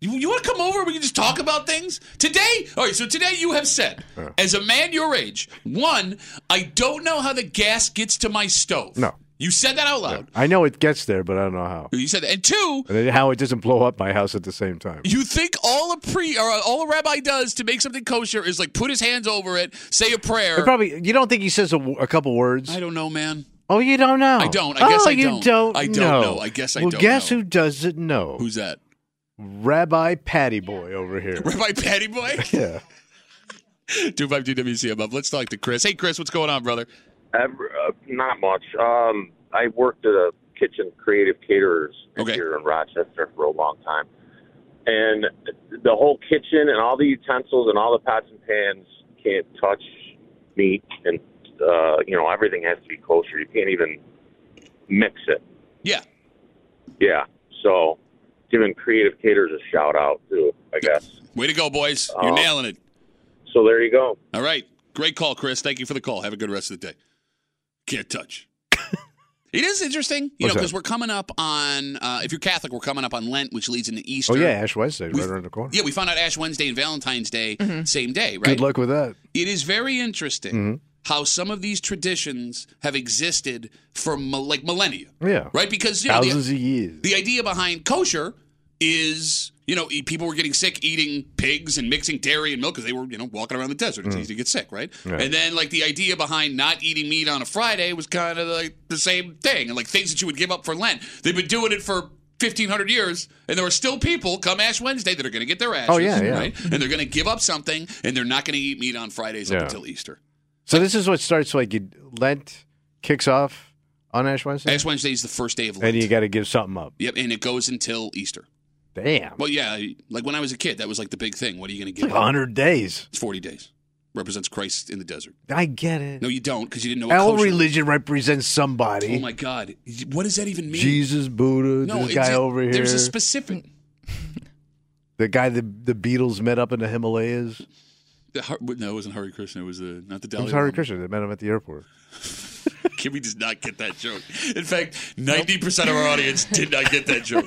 [SPEAKER 2] You, you want to come over? We can just talk about things today. All right. So today you have said, as a man your age, one, I don't know how the gas gets to my stove.
[SPEAKER 3] No.
[SPEAKER 2] You said that out loud.
[SPEAKER 3] I know it gets there, but I don't know how.
[SPEAKER 2] You said that. And two,
[SPEAKER 3] And then how it doesn't blow up my house at the same time.
[SPEAKER 2] you think all a pre or all a rabbi does to make something kosher is like put his hands over it, say a prayer.
[SPEAKER 3] It probably you don't think he says a, w- a couple words.
[SPEAKER 2] I don't know, man.
[SPEAKER 3] Oh, you don't know.
[SPEAKER 2] I don't. I guess
[SPEAKER 3] oh,
[SPEAKER 2] I
[SPEAKER 3] you
[SPEAKER 2] don't.
[SPEAKER 3] don't.
[SPEAKER 2] I don't
[SPEAKER 3] know.
[SPEAKER 2] know. I guess I
[SPEAKER 3] well,
[SPEAKER 2] don't
[SPEAKER 3] guess
[SPEAKER 2] know.
[SPEAKER 3] who doesn't know?
[SPEAKER 2] Who's that?
[SPEAKER 3] Rabbi Patty Boy over here.
[SPEAKER 2] Rabbi Patty Boy?
[SPEAKER 3] yeah.
[SPEAKER 2] 25 DWC above. Let's talk to Chris. Hey, Chris, what's going on, brother?
[SPEAKER 11] Uh, not much. Um, I worked at a kitchen creative caterers here in Rochester for a long time, and the whole kitchen and all the utensils and all the pots and pans can't touch meat, and uh, you know everything has to be kosher. You can't even mix it.
[SPEAKER 2] Yeah.
[SPEAKER 11] Yeah. So, giving creative caterers a shout out too, I guess.
[SPEAKER 2] Way to go, boys. You're
[SPEAKER 11] Uh,
[SPEAKER 2] nailing it.
[SPEAKER 11] So there you go.
[SPEAKER 2] All right. Great call, Chris. Thank you for the call. Have a good rest of the day. Can't touch. it is interesting, you
[SPEAKER 3] What's
[SPEAKER 2] know,
[SPEAKER 3] that?
[SPEAKER 2] because we're coming up on, uh, if you're Catholic, we're coming up on Lent, which leads into Easter.
[SPEAKER 3] Oh yeah, Ash Wednesday right around the corner.
[SPEAKER 2] Yeah, we found out Ash Wednesday and Valentine's Day, same day, right?
[SPEAKER 3] Good luck with that.
[SPEAKER 2] It is very interesting
[SPEAKER 3] Mhm.
[SPEAKER 2] how some of these traditions have existed for mil- like millennia,
[SPEAKER 3] Yeah.
[SPEAKER 2] right? Because you know, the-
[SPEAKER 3] Thousands of years.
[SPEAKER 2] the idea behind kosher is, you know, e- people were getting sick eating pigs and mixing dairy and milk because they were, you know, walking around the desert. It's
[SPEAKER 3] Mm.
[SPEAKER 2] easy to get sick, right?
[SPEAKER 3] Right.
[SPEAKER 2] And then, like, the idea behind not eating meat on a Friday was kind of like the same thing. And, like, things that you would give up for Lent. They've been doing it for 1,500 years, and there are still people come Ash Wednesday that are going to get their ashes,
[SPEAKER 3] Oh, yeah, yeah.
[SPEAKER 2] right? And they're going to give up something, and they're not going to eat meat on Fridays up
[SPEAKER 3] Yeah.
[SPEAKER 2] until Easter.
[SPEAKER 3] So this is what starts like you, Lent kicks off on Ash Wednesday,
[SPEAKER 2] Ash Wednesday is the first day of Lent.
[SPEAKER 3] and you got to give something up.
[SPEAKER 2] Yep, and it goes until Easter.
[SPEAKER 3] Damn,
[SPEAKER 2] Well, yeah, like when I was a kid, that was like the big thing. What are you going to
[SPEAKER 3] it's like
[SPEAKER 2] give up?
[SPEAKER 3] hundred days.
[SPEAKER 2] It's 40 days. Represents Christ in the desert.
[SPEAKER 3] I get it.
[SPEAKER 2] No, you don't because you didn't know what
[SPEAKER 3] Our
[SPEAKER 2] kosher-
[SPEAKER 3] religion represents
[SPEAKER 2] Oh
[SPEAKER 3] somebody.
[SPEAKER 2] my God. What does that even mean?
[SPEAKER 3] Jesus, Buddha,
[SPEAKER 2] No,
[SPEAKER 3] this
[SPEAKER 2] it's
[SPEAKER 3] guy
[SPEAKER 2] a-
[SPEAKER 3] over here,
[SPEAKER 2] There's a specific.
[SPEAKER 3] the guy the the Beatles met up in the Himalayas.
[SPEAKER 2] The, Har- no, it wasn't Hare Krishna. It was the not the
[SPEAKER 3] It
[SPEAKER 2] Dalai.
[SPEAKER 3] was Hare
[SPEAKER 2] Lama.
[SPEAKER 3] Krishna. They met him at the airport.
[SPEAKER 2] Kimmy does not get that joke. In fact, ninety percent of our audience did not get that joke.